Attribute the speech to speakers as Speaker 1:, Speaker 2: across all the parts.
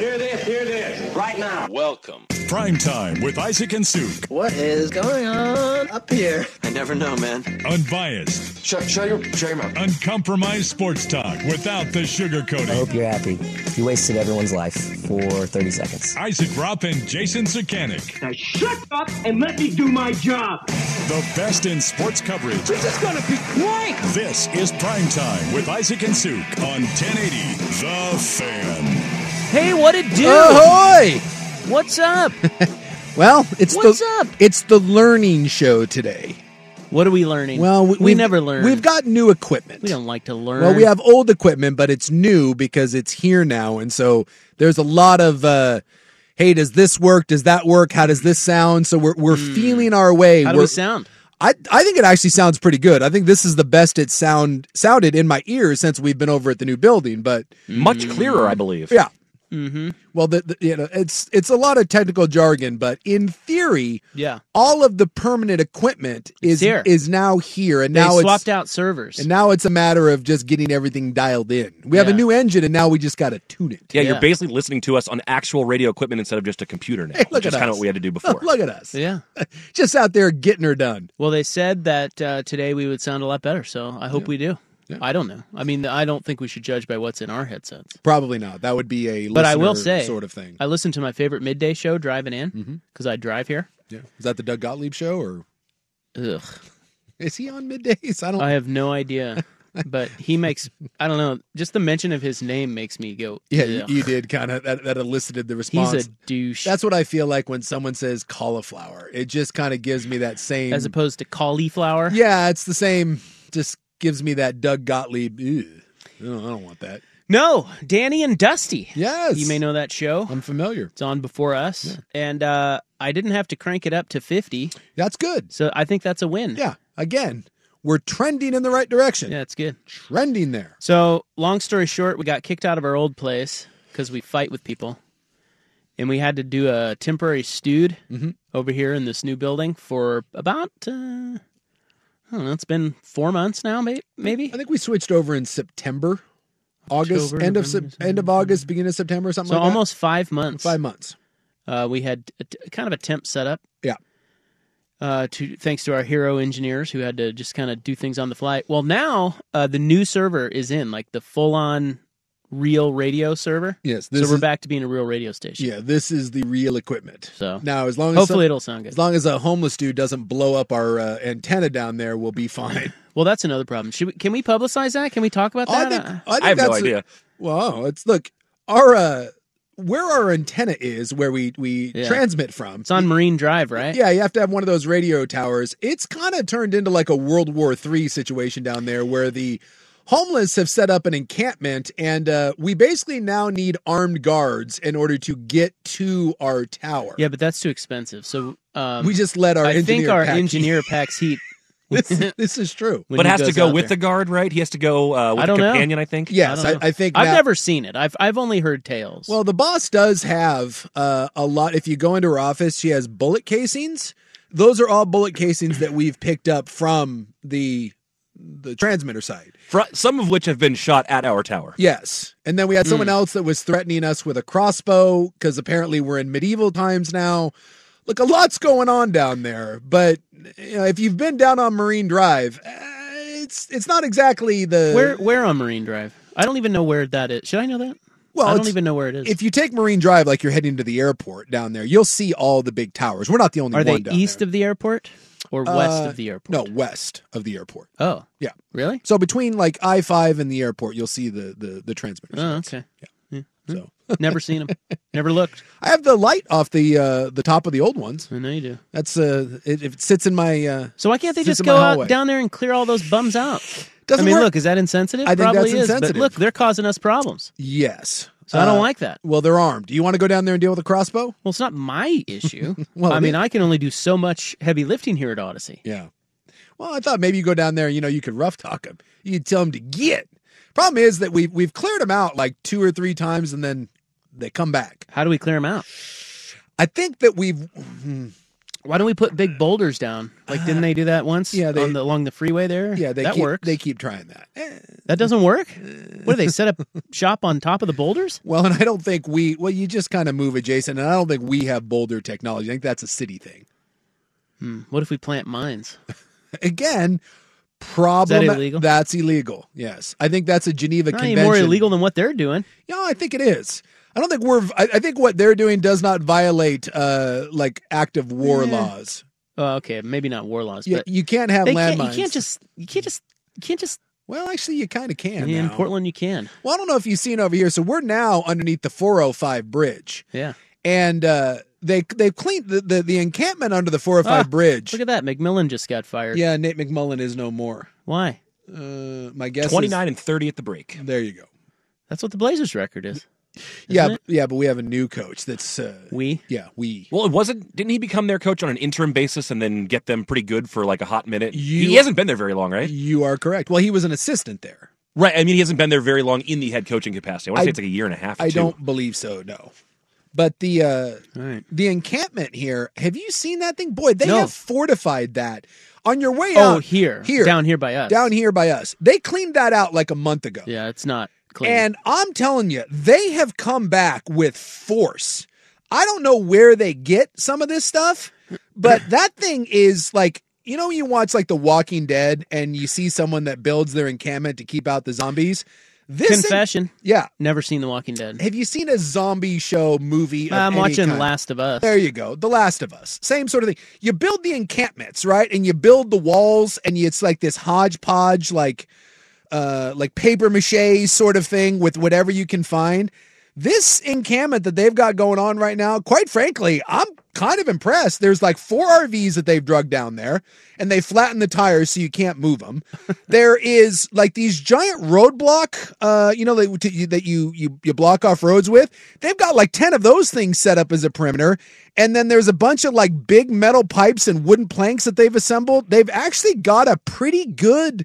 Speaker 1: Hear this, hear this, right now.
Speaker 2: Welcome.
Speaker 3: Prime Time with Isaac and Suk.
Speaker 4: What is going on up here?
Speaker 2: I never know, man.
Speaker 3: Unbiased,
Speaker 5: Shut, shut your, shut your mouth.
Speaker 3: uncompromised sports talk without the
Speaker 6: I
Speaker 3: sugarcoating.
Speaker 6: hope you're happy. You wasted everyone's life for 30 seconds.
Speaker 3: Isaac Rop and Jason Sakanik,
Speaker 1: Now shut up and let me do my job.
Speaker 3: the best in sports coverage.
Speaker 1: This is gonna be great.
Speaker 3: This is Prime Time with Isaac and Suk on 1080 The Fan.
Speaker 7: Hey, what it do?
Speaker 8: Ahoy!
Speaker 7: What's up?
Speaker 8: Well, Uh-huh. it's
Speaker 7: What's
Speaker 8: the
Speaker 7: up?
Speaker 8: it's the learning show today.
Speaker 7: What are we learning?
Speaker 8: Well,
Speaker 7: we,
Speaker 8: we've-
Speaker 7: never learn.
Speaker 8: We've got new equipment.
Speaker 7: We don't like to learn.
Speaker 8: Well, we have old equipment, but it's new because it's here now, and so there's a lot of uh, hey, does this work? Does that work? How does this sound? So we're we're feeling our way.
Speaker 7: Hmm. How do
Speaker 8: we're,
Speaker 7: we sound?
Speaker 8: I I think it actually sounds pretty good. I think this is the best it sound sounded in my ears since we've been over at the new building. But
Speaker 9: much clearer, I believe.
Speaker 8: Yeah. Mm-hmm. Well, the, the, you know, it's it's a lot of technical jargon, but in theory,
Speaker 7: Yeah.
Speaker 8: all of the permanent equipment is
Speaker 7: here.
Speaker 8: is now here, and
Speaker 7: They
Speaker 8: now
Speaker 7: swapped
Speaker 8: it's
Speaker 7: out servers.
Speaker 8: and now it's a matter of just getting everything dialed in. We have
Speaker 7: Yeah.
Speaker 8: a new engine, and now we just got to tune it.
Speaker 9: Yeah,
Speaker 7: Yeah.
Speaker 9: you're basically listening to us on actual radio equipment instead of just a computer now,
Speaker 8: Hey, look
Speaker 9: which
Speaker 8: at
Speaker 9: is kind
Speaker 8: us.
Speaker 9: of what we had to do before.
Speaker 8: Look at us,
Speaker 7: yeah.
Speaker 8: just out there getting her done.
Speaker 7: Well, they said that uh, today we would sound a lot better, so I hope we do. I don't know. I mean, I don't think we should judge by what's in our headsets.
Speaker 8: Probably not. That would be a
Speaker 7: But I will
Speaker 8: listener
Speaker 7: say-
Speaker 8: sort of thing. Mm-hmm.
Speaker 7: I listened to my favorite midday show driving in because I drive here.
Speaker 8: Yeah. Is that the Doug Gottlieb show, or
Speaker 7: Ugh.
Speaker 8: is he on middays? I don't.
Speaker 7: I have no idea. But he makes, I don't know, just the mention of his name makes me go,
Speaker 8: yeah, you,
Speaker 7: ugh.
Speaker 8: you did kind of that, that elicited the response.
Speaker 7: he's a douche.
Speaker 8: That's what I feel like when someone says cauliflower. It just kind of gives me that same.
Speaker 7: as opposed to cauliflower.
Speaker 8: yeah, it's the same. Just gives me that Doug Gottlieb. Ew, I don't, I don't want that.
Speaker 7: No, Danny and Dusty.
Speaker 8: Yes,
Speaker 7: You may know that show.
Speaker 8: I'm familiar.
Speaker 7: It's on before us, and uh, I didn't have to crank it up to fifty,
Speaker 8: That's good.
Speaker 7: so I think that's a win.
Speaker 8: Yeah. Again, we're trending in the right direction.
Speaker 7: yeah, it's good.
Speaker 8: Trending there.
Speaker 7: So, long story short, we got kicked out of our old place because we fight with people, and we had to do a temporary stewed
Speaker 8: Mm-hmm.
Speaker 7: over here in this new building for about uh, I don't know. It's been four months now, may- maybe.
Speaker 8: I think we switched over in September, August,
Speaker 7: October,
Speaker 8: end of
Speaker 7: November,
Speaker 8: sep- end of August, beginning of September, something
Speaker 7: so
Speaker 8: like that.
Speaker 7: almost five months.
Speaker 8: five months.
Speaker 7: Uh, we had a t- kind of a temp setup.
Speaker 8: Yeah.
Speaker 7: Uh, to thanks to our hero engineers who had to just kind of do things on the fly. Well, now uh, the new server is in, like the full-on real radio server.
Speaker 8: Yes.
Speaker 7: So
Speaker 8: This
Speaker 7: we're
Speaker 8: is,
Speaker 7: back to being a real radio station.
Speaker 8: Yeah, this is the real equipment.
Speaker 7: So
Speaker 8: Now, as long as
Speaker 7: hopefully
Speaker 8: some-
Speaker 7: it'll sound good.
Speaker 8: As long as a homeless dude doesn't blow up our uh, antenna down there, we'll be fine.
Speaker 7: well, that's another problem. Should we? Can we publicize that? Can we talk about
Speaker 8: Oh, I
Speaker 7: that?
Speaker 8: think,
Speaker 7: Uh,
Speaker 8: I think
Speaker 9: I have no
Speaker 8: that's a-
Speaker 9: idea.
Speaker 8: well, it's look our uh, where our antenna is, where we we
Speaker 7: Yeah.
Speaker 8: transmit from.
Speaker 7: it's on Marine Drive, right?
Speaker 8: Yeah, you have to have one of those radio towers. It's kind of turned into like a World War III situation down there, where the homeless have set up an encampment, and uh, we basically now need armed guards in order to get to our tower.
Speaker 7: Yeah, but that's too expensive. So um,
Speaker 8: we just let our
Speaker 7: I
Speaker 8: engineer
Speaker 7: think our
Speaker 8: pack-
Speaker 7: engineer packs heat.
Speaker 8: this, this is true.
Speaker 7: when
Speaker 9: but
Speaker 7: he
Speaker 9: it has to
Speaker 7: goes
Speaker 9: go
Speaker 7: out
Speaker 9: with
Speaker 7: there.
Speaker 9: the guard, right? He has to go uh,
Speaker 7: I
Speaker 9: with a
Speaker 7: don't know.
Speaker 9: companion, I think.
Speaker 8: Yes,
Speaker 7: I
Speaker 8: I,
Speaker 7: don't know.
Speaker 8: I think
Speaker 7: I've
Speaker 8: now-
Speaker 7: never seen it. I've I've only heard tales.
Speaker 8: Well, the boss does have uh, a lot. If you go into her office, she has bullet casings. Those are all bullet casings that we've picked up from the the transmitter side.
Speaker 9: Fr- some of which have been shot at our tower.
Speaker 8: Yes, and then we had
Speaker 7: Hmm.
Speaker 8: someone else that was threatening us with a crossbow because apparently we're in medieval times now. Look, a lot's going on down there, but you know, if you've been down on Marine Drive, uh, it's it's not exactly the
Speaker 7: Where where on Marine Drive? I don't even know where that is. Should I know that?
Speaker 8: Well,
Speaker 7: I don't
Speaker 8: it's-
Speaker 7: even know where it is.
Speaker 8: If you take Marine Drive, like you're heading to the airport down there, you'll see all the big towers. We're not the only
Speaker 7: Are
Speaker 8: one.
Speaker 7: they
Speaker 8: down
Speaker 7: east
Speaker 8: there.
Speaker 7: of the airport or west
Speaker 8: Uh,
Speaker 7: of the airport?
Speaker 8: No, west of the airport.
Speaker 7: Oh,
Speaker 8: Yeah.
Speaker 7: really?
Speaker 8: So between like I five and the airport, you'll see the the the transmitters.
Speaker 7: Oh, okay. Yeah.
Speaker 8: So
Speaker 7: Never seen them. Never looked.
Speaker 8: I have the light off the uh, the top of the old ones.
Speaker 7: I know you do.
Speaker 8: That's uh, it, it sits in my. Uh,
Speaker 7: So why can't they just
Speaker 8: Sits in my
Speaker 7: go
Speaker 8: hallway.
Speaker 7: out down there and clear all those bums out? I
Speaker 8: Doesn't
Speaker 7: mean,
Speaker 8: work.
Speaker 7: look, is that insensitive?
Speaker 8: I think
Speaker 7: Probably
Speaker 8: that's
Speaker 7: is.
Speaker 8: insensitive.
Speaker 7: But look, they're causing us problems.
Speaker 8: yes,
Speaker 7: So I don't
Speaker 8: Uh,
Speaker 7: like that.
Speaker 8: Well, they're armed. Do you want to go down there and deal with a crossbow?
Speaker 7: Well, it's not my issue.
Speaker 8: Well,
Speaker 7: I
Speaker 8: it
Speaker 7: mean,
Speaker 8: is.
Speaker 7: I can only do so much heavy lifting here at Odyssey.
Speaker 8: Yeah. Well, I thought maybe you go down there. You know, you could rough talk him. You could tell him to get. Problem is that we've we've cleared them out like two or three times, and then they come back.
Speaker 7: How do we clear them out?
Speaker 8: I think that we've
Speaker 7: Why don't we put big boulders down? Like, didn't they do that once?
Speaker 8: yeah, they-
Speaker 7: on the, along the freeway there.
Speaker 8: yeah they
Speaker 7: that
Speaker 8: keep,
Speaker 7: works.
Speaker 8: They keep trying that. Eh,
Speaker 7: that doesn't work. What do they set up shop on top of the boulders?
Speaker 8: Well, and I don't think we. Well, you just kind of move adjacent, and I don't think we have Boulder technology. I think that's a city thing.
Speaker 7: What if we plant mines?
Speaker 8: Again, problem.
Speaker 7: illegal?
Speaker 8: That's illegal. Yes, I think that's a Geneva
Speaker 7: Not any
Speaker 8: convention.
Speaker 7: more illegal than what they're doing.
Speaker 8: Yeah, I think it is. I don't think we're. I, I think what they're doing does not violate uh like act of war laws.
Speaker 7: Oh, okay, maybe not war laws,
Speaker 8: You,
Speaker 7: but
Speaker 8: you can't have
Speaker 7: they
Speaker 8: landmines.
Speaker 7: can't, you can't just you can't just you can't just
Speaker 8: Well, actually, you kind of can.
Speaker 7: in
Speaker 8: now.
Speaker 7: Portland you can.
Speaker 8: Well, I don't know if you've seen over here. So we're now underneath the 405 bridge,
Speaker 7: Yeah.
Speaker 8: and uh they they've cleaned the the, the encampment under the 405
Speaker 7: Ah,
Speaker 8: bridge.
Speaker 7: Look at that. McMillan just got fired.
Speaker 8: Yeah, Nate McMullen is no more.
Speaker 7: Why?
Speaker 8: Uh, my guess
Speaker 9: 29 and 30 at the break.
Speaker 8: Is, there you go.
Speaker 7: That's what the Blazers record is.
Speaker 8: yeah,
Speaker 7: it?
Speaker 8: b- yeah, but we have a new coach. That's uh,
Speaker 7: We
Speaker 8: yeah, we.
Speaker 9: Well, it wasn't. Didn't he become their coach on an interim basis and then get them pretty good for like a hot minute?
Speaker 8: You-
Speaker 9: he hasn't been there very long, right?
Speaker 8: You are correct. Well, he was an assistant there.
Speaker 9: Right. I mean, he hasn't been there very long in the head coaching capacity. I want
Speaker 8: I-
Speaker 9: to say it's like a year and a half. or
Speaker 8: I
Speaker 9: two.
Speaker 8: don't believe so. No, but the uh,
Speaker 7: all right.
Speaker 8: the encampment here. Have you seen that thing? Boy, they
Speaker 7: No.
Speaker 8: have fortified that. On your way
Speaker 7: Oh,
Speaker 8: out
Speaker 7: here,
Speaker 8: here,
Speaker 7: down here by us,
Speaker 8: down here by us, they cleaned that out like a month ago.
Speaker 7: Yeah, it's not clean.
Speaker 8: And I'm telling you, they have come back with force. I don't know where they get some of this stuff, but that thing is like, you know, when you watch like The Walking Dead and you see someone that builds their encampment to keep out the zombies. This thing-
Speaker 7: Confession:
Speaker 8: yeah.
Speaker 7: Never seen The Walking Dead.
Speaker 8: Have you seen a zombie show movie? of
Speaker 7: I'm
Speaker 8: any
Speaker 7: watching
Speaker 8: kind?
Speaker 7: Last of Us.
Speaker 8: There you go. The Last of Us. Same sort of thing. You build the encampments, right? And you build the walls and you, it's like this hodgepodge like uh like paper mache sort of thing with whatever you can find. This encampment that they've got going on right now, quite frankly, I'm kind of impressed. There's like four RVs that they've drug down there and they flatten the tires so you can't move them. there is like these giant roadblock uh you know that you that you you you block off roads with. They've got like 10 of those things set up as a perimeter and then there's a bunch of like big metal pipes and wooden planks that they've assembled. They've actually got a pretty good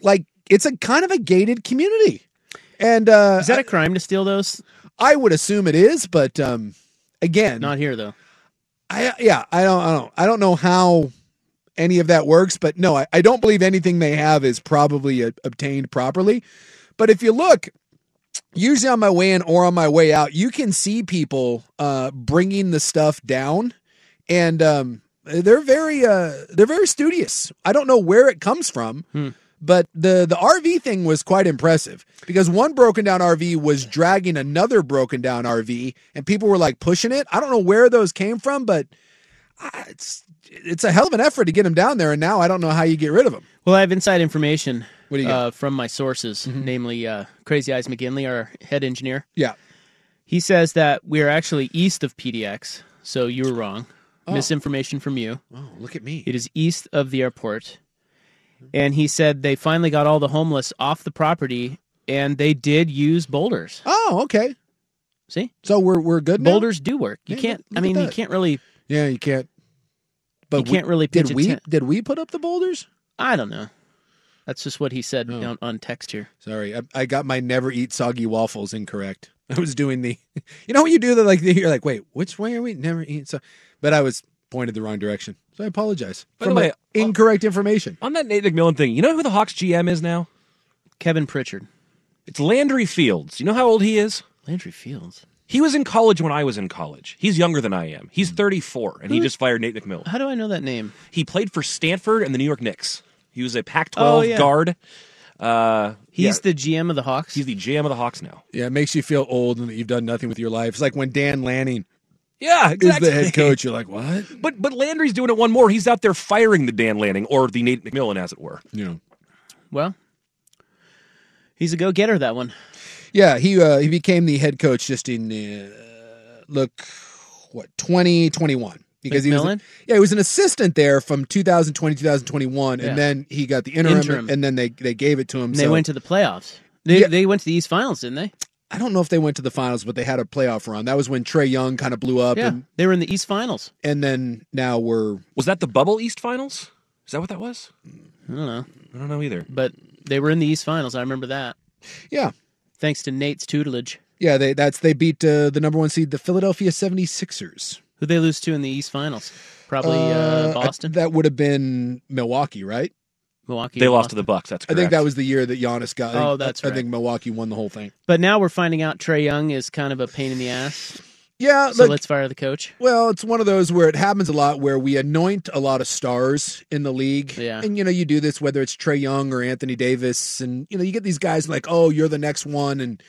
Speaker 8: like it's a kind of a gated community. And uh
Speaker 7: Is that a crime to steal those?
Speaker 8: I would assume it is, but um again,
Speaker 7: Not here though.
Speaker 8: I yeah, I don't I don't I don't know how any of that works, but no, I, I don't believe anything they have is probably uh obtained properly. But if you look, usually on my way in or on my way out, you can see people uh, bringing the stuff down, and um, they're very uh, they're very studious. I don't know where it comes from.
Speaker 7: Hmm.
Speaker 8: But the, the RV thing was quite impressive because one broken down RV was dragging another broken down RV, and people were like pushing it. I don't know where those came from, but I- it's it's a hell of an effort to get them down there, and now I don't know how you get rid of them.
Speaker 7: Well, I have inside information
Speaker 8: What do you Mm-hmm. got?
Speaker 7: uh, from my sources, namely uh, Crazy Eyes McGinley, our head engineer.
Speaker 8: Yeah.
Speaker 7: He says that we are actually east of PDX, so you were wrong. Misinformation from you.
Speaker 8: Oh, look at me.
Speaker 7: It is east of the airport. And he said they finally got all the homeless off the property and they did use boulders.
Speaker 8: Oh, okay.
Speaker 7: See?
Speaker 8: So we're we're good. now?
Speaker 7: Boulders do work. You
Speaker 8: Hey,
Speaker 7: can't
Speaker 8: look
Speaker 7: I
Speaker 8: at
Speaker 7: mean you
Speaker 8: that.
Speaker 7: can't really
Speaker 8: Yeah, you can't. But
Speaker 7: You can't
Speaker 8: we-
Speaker 7: really pitch
Speaker 8: Did
Speaker 7: a
Speaker 8: we
Speaker 7: tent.
Speaker 8: did we put up the boulders?
Speaker 7: I don't know. That's just what he said
Speaker 8: Oh.
Speaker 7: on, on text here.
Speaker 8: Sorry, I, I got my never eat soggy waffles incorrect. I was doing the, you know, when you do that, like you're like, wait, which way are we? Never eat so, but I was pointed the wrong direction, so I apologize
Speaker 9: By
Speaker 8: for
Speaker 9: the
Speaker 8: my
Speaker 9: way, uh,
Speaker 8: incorrect information.
Speaker 9: On that Nate McMillan thing, you know who the Hawks GM is now?
Speaker 7: Kevin Pritchard.
Speaker 9: It's Landry Fields. You know how old he is?
Speaker 7: Landry Fields.
Speaker 9: He was in college when I was in college. He's younger than I am.
Speaker 7: Hmm.
Speaker 9: He's 34, and he just fired Nate McMillan.
Speaker 7: How do I know that name?
Speaker 9: He played for Stanford and the New York Knicks. He was a Pac-12
Speaker 7: Oh, yeah.
Speaker 9: guard. Uh,
Speaker 7: He's
Speaker 9: yeah,
Speaker 7: the GM of the Hawks.
Speaker 9: he's the GM of the Hawks now.
Speaker 8: Yeah, it makes you feel old and that you've done nothing with your life. It's like when Dan Lanning
Speaker 9: Yeah, exactly.
Speaker 8: is the head coach. You're like, what?
Speaker 9: But but Landry's doing it one more. He's out there firing the Dan Lanning or the Nate McMillan, as it were.
Speaker 8: You know.
Speaker 7: well, he's a go-getter that one.
Speaker 8: Yeah, he uh, he became the head coach just in uh, look what 2021 because he was
Speaker 7: McMillan?
Speaker 8: yeah, he was an assistant there from 2020 2021
Speaker 7: Yeah.
Speaker 8: and then he got the interim,
Speaker 7: Interim.
Speaker 8: and then they they gave it to him.
Speaker 7: And they
Speaker 8: so-
Speaker 7: went to the playoffs. They,
Speaker 8: Yeah.
Speaker 7: they went to the East Finals, didn't they?
Speaker 8: I don't know if they went to the finals, but they had a playoff run. That was when Trey Young kind of blew up
Speaker 7: yeah,
Speaker 8: and
Speaker 7: they were in the East Finals.
Speaker 8: and then now we're
Speaker 9: Was that the Bubble East Finals? Is that what that was?
Speaker 7: I don't know,
Speaker 9: I don't know either.
Speaker 7: but they were in the East Finals. I remember that.
Speaker 8: yeah.
Speaker 7: Thanks to Nate's tutelage.
Speaker 8: Yeah, they that's they beat uh, the number 1 seed the Philadelphia 76ers.
Speaker 7: Who they lose to in the East Finals? Probably uh,
Speaker 8: Uh, I-
Speaker 7: Boston,
Speaker 8: that would have been Milwaukee, right?
Speaker 7: Milwaukee.
Speaker 9: They
Speaker 7: and
Speaker 9: lost to
Speaker 7: Boston.
Speaker 9: the Bucks. That's
Speaker 8: I
Speaker 9: correct.
Speaker 8: think that was the year that Giannis got. I
Speaker 7: Oh,
Speaker 8: think-
Speaker 7: that's
Speaker 8: I think Milwaukee won the whole thing.
Speaker 7: But now we're finding out Trey Young is kind of a pain in the ass.
Speaker 8: Yeah,
Speaker 7: So
Speaker 8: look,
Speaker 7: let's fire the coach.
Speaker 8: Well, it's one of those where it happens a lot where we anoint a lot of stars in the league.
Speaker 7: Yeah.
Speaker 8: And, you know, you do this whether it's Trey Young or Anthony Davis. And, you know, you get these guys like, oh, you're the next one. And,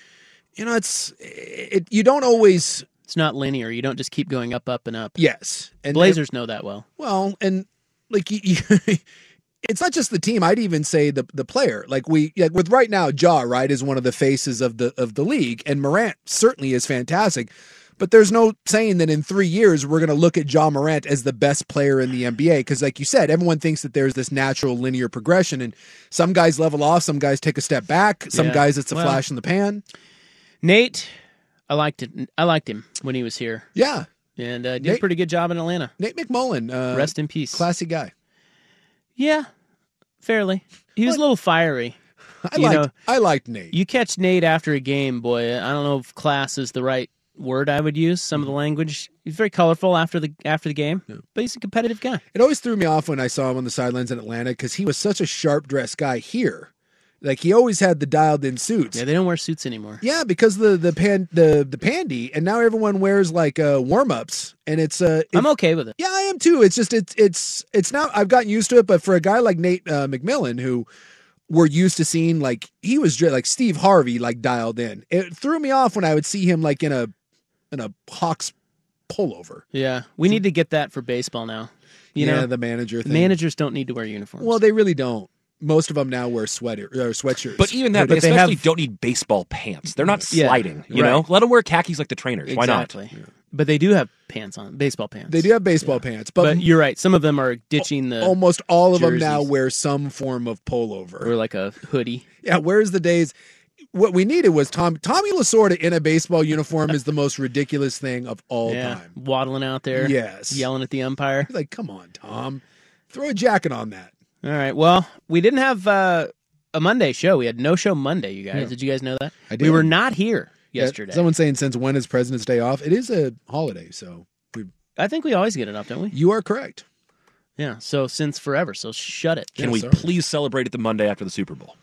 Speaker 8: you know, it's, it, you don't always,
Speaker 7: It's not linear. You don't just keep going up, up, and up.
Speaker 8: yes. And
Speaker 7: Blazers know that well.
Speaker 8: Well, and like you, you- it's not just the team. I'd even say the the player. Like we like with right now, Jaw right is one of the faces of the of the league, and Morant certainly is fantastic. But there's no saying that in three years we're going to look at Ja Morant as the best player in the NBA because, like you said, everyone thinks that there's this natural linear progression, and some guys level off, some guys take a step back, some
Speaker 7: Yeah.
Speaker 8: guys it's a
Speaker 7: Well-
Speaker 8: flash in the pan.
Speaker 7: Nate, I liked it. I liked him when he was here,
Speaker 8: Yeah,
Speaker 7: and uh, did a
Speaker 8: Nate-
Speaker 7: pretty good job in Atlanta.
Speaker 8: Nate McMullen, uh,
Speaker 7: Rest in peace.
Speaker 8: classy guy.
Speaker 7: Yeah, fairly. He was a little fiery.
Speaker 8: I
Speaker 7: You
Speaker 8: liked
Speaker 7: know-
Speaker 8: I liked Nate.
Speaker 7: You catch Nate after a game, boy. I don't know if class is the right word I would use. Some of
Speaker 8: Mm-hmm.
Speaker 7: the language. He's very colorful after the after the game, but he's a competitive guy.
Speaker 8: It always threw me off when I saw him on the sidelines in Atlanta because he was such a sharp dressed guy here. Like he always had the dialed in suits.
Speaker 7: Yeah,
Speaker 8: Yeah,
Speaker 7: they don't wear suits anymore.
Speaker 8: because the the pan the the pandy, and now everyone wears like uh, warm ups, and it's uh, it-
Speaker 7: I'm okay with it.
Speaker 8: yeah, I am too. It's just it's it's it's now I've gotten used to it, but for a guy like Nate uh, McMillan who we're used to seeing like he was dre- like Steve Harvey like dialed in. It threw me off when I would see him like in a in a Hawks pullover.
Speaker 7: Yeah, we need to get that for baseball now. You
Speaker 8: yeah,
Speaker 7: know,
Speaker 8: the manager thing.
Speaker 7: managers don't need to wear uniforms.
Speaker 8: Well, they really don't. Most of them now wear sweater or sweatshirts.
Speaker 9: But even that,
Speaker 7: But they
Speaker 9: they especially
Speaker 7: have-
Speaker 9: don't need baseball pants. They're not
Speaker 7: Yeah,
Speaker 9: sliding. You
Speaker 7: right.
Speaker 9: know, let them wear khakis like the trainers. Why not?
Speaker 7: exactly. But they do have pants on, baseball pants.
Speaker 8: they do have baseball pants, but,
Speaker 7: But you're right. Some of them are ditching the
Speaker 8: almost all of them now
Speaker 7: jerseys.
Speaker 8: wear some form of pullover.
Speaker 7: or like a hoodie.
Speaker 8: yeah, where's the days? What we needed was Tom Tommy Lasorda in a baseball uniform is the most ridiculous thing of all
Speaker 7: yeah,
Speaker 8: time.
Speaker 7: waddling out there.
Speaker 8: Yes.
Speaker 7: yelling at the umpire.
Speaker 8: He's like, come on, Tom, throw a jacket on that.
Speaker 7: All right. Well, we didn't have uh, a Monday show. We had no show Monday. You guys, did you guys know that?
Speaker 8: I
Speaker 7: We
Speaker 8: did.
Speaker 7: were not here
Speaker 8: Yeah,
Speaker 7: yesterday.
Speaker 8: someone's saying since when is President's Day off? It is a holiday, so we,
Speaker 7: I think we always get it up, don't we?
Speaker 8: you are correct.
Speaker 7: Yeah. So since forever. So shut it.
Speaker 9: Can
Speaker 8: Yeah,
Speaker 9: we
Speaker 8: sorry.
Speaker 9: please celebrate it the Monday after the Super Bowl?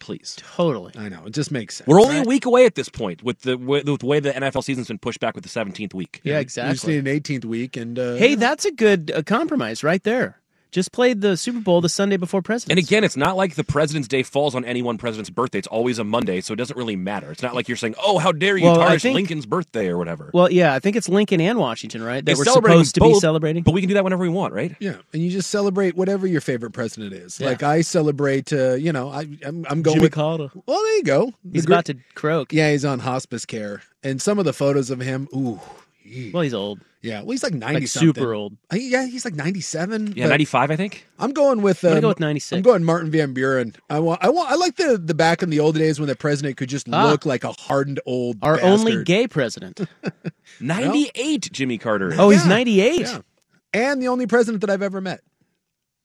Speaker 9: Please.
Speaker 7: Totally.
Speaker 8: I know it just makes sense.
Speaker 9: We're only a week away at this point with the with the way the NFL season's been pushed back with the 17th week.
Speaker 7: Yeah.
Speaker 8: We just need
Speaker 7: Exactly.
Speaker 8: an 18th week, and uh,
Speaker 7: Hey, that's a good uh, compromise right there. Just played the Super Bowl the Sunday before Presidents.
Speaker 9: And again, it's not like the President's Day falls on any one president's birthday. It's always a Monday, so it doesn't really matter. It's not like you're saying, "Oh, how dare you
Speaker 7: Well, I
Speaker 9: tarnish
Speaker 7: think-
Speaker 9: Lincoln's birthday or whatever."
Speaker 7: Well, yeah, I think it's Lincoln and Washington, right? That
Speaker 9: They're
Speaker 7: we're
Speaker 9: celebrating
Speaker 7: supposed to be
Speaker 9: both,
Speaker 7: celebrating.
Speaker 9: but we can do that whenever we want, right?
Speaker 8: Yeah, and you just celebrate whatever your favorite president is.
Speaker 7: Yeah.
Speaker 8: Like I celebrate, uh, you know, I I'm, I'm going with.
Speaker 7: Calder.
Speaker 8: Well, there you go. The
Speaker 7: He's
Speaker 8: gr-
Speaker 7: about to croak.
Speaker 8: Yeah, he's on hospice care, and some of the photos of him. Ooh, yee.
Speaker 7: Well, he's old,
Speaker 8: yeah. Well, he's like ninety
Speaker 7: like
Speaker 8: something.
Speaker 7: super old.
Speaker 8: Uh, Yeah, he's like ninety seven.
Speaker 9: Yeah, 95, I think.
Speaker 8: I'm going with. Um,
Speaker 7: I'm gonna go with 96.
Speaker 8: I'm going Martin Van Buren. I want. I want. I like the the back in the old days when the president could just
Speaker 7: Ah.
Speaker 8: look like a hardened old.
Speaker 7: Our
Speaker 8: bastard.
Speaker 7: only gay president.
Speaker 9: 98 Jimmy Carter.
Speaker 7: Oh, he's
Speaker 8: Yeah.
Speaker 7: 98.
Speaker 8: Yeah. and the only president that I've ever met.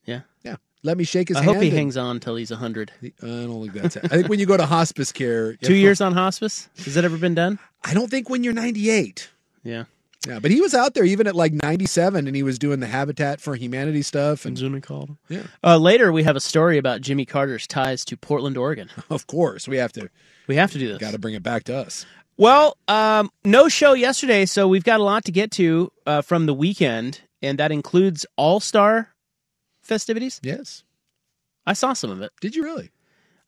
Speaker 7: Yeah.
Speaker 8: Yeah. Let me shake his
Speaker 7: I
Speaker 8: hand.
Speaker 7: hope he
Speaker 8: and-
Speaker 7: hangs on until he's 100.
Speaker 8: I don't think that's. I think when you go to hospice care, you
Speaker 7: Two
Speaker 8: have to-
Speaker 7: years on hospice? Has that ever been done?
Speaker 8: I don't think when you're 98.
Speaker 7: Yeah.
Speaker 8: Yeah, but he was out there even at like 97, and he was doing the Habitat for Humanity stuff, and
Speaker 7: Jimmy Carter.
Speaker 8: Yeah.
Speaker 7: Uh, later, we have a story about Jimmy Carter's ties to Portland, Oregon.
Speaker 8: of course we have to
Speaker 7: We have to do this.
Speaker 8: got to bring it back to us.
Speaker 7: Well, um, no show yesterday, so we've got a lot to get to uh, from the weekend, and that includes All Star festivities.
Speaker 8: Yes,
Speaker 7: I saw some of it.
Speaker 8: did you really?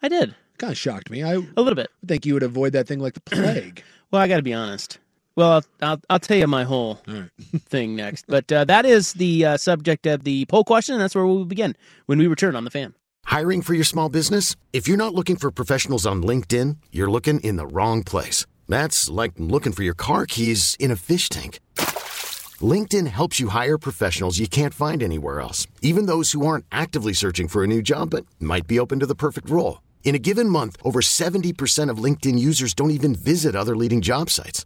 Speaker 7: I did
Speaker 8: Kind of shocked me. I would
Speaker 7: a little bit.
Speaker 8: think you would avoid that thing like the plague.
Speaker 7: Well, I got to be honest. Well, I'll, I'll, I'll tell you my whole thing next. But uh, that is the uh, subject of the poll question, and that's where we'll begin when we return on the fan.
Speaker 2: Hiring for your small business? If you're not looking for professionals on LinkedIn, you're looking in the wrong place. That's like looking for your car keys in a fish tank. LinkedIn helps you hire professionals you can't find anywhere else, even those who aren't actively searching for a new job but might be open to the perfect role. In a given month, over 70% of LinkedIn users don't even visit other leading job sites.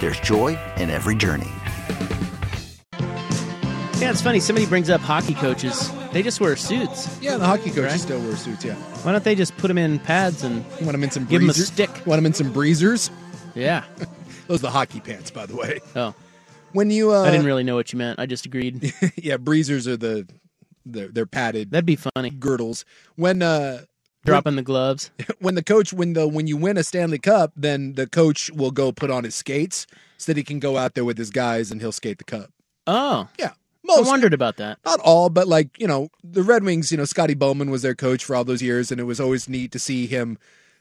Speaker 5: there's joy in every journey.
Speaker 7: Yeah, it's funny. Somebody brings up hockey coaches. They just wear suits.
Speaker 8: Yeah, the hockey coaches still wear suits. Yeah,
Speaker 7: Why don't they just put them in pads and
Speaker 8: want them in some breezers.
Speaker 7: Give 'em a stick.
Speaker 8: Want them in some breezers.
Speaker 7: yeah?
Speaker 8: Those are the hockey pants, by the way.
Speaker 7: Oh,
Speaker 8: When you, uh,
Speaker 7: I didn't really know what you meant. I just agreed.
Speaker 8: yeah, breezers are the they're, they're padded
Speaker 7: That'd be funny.
Speaker 8: girdles. When uh,
Speaker 7: Dropping the gloves.
Speaker 8: when the coach when the when you win a Stanley Cup, then the coach will go put on his skates so that he can go out there with his guys and he'll skate the cup.
Speaker 7: Oh,
Speaker 8: Yeah,
Speaker 7: I
Speaker 8: most
Speaker 7: wondered about that.
Speaker 8: not all, but like you know, the Red Wings. You know, Scotty Bowman was their coach for all those years, and it was always neat to see him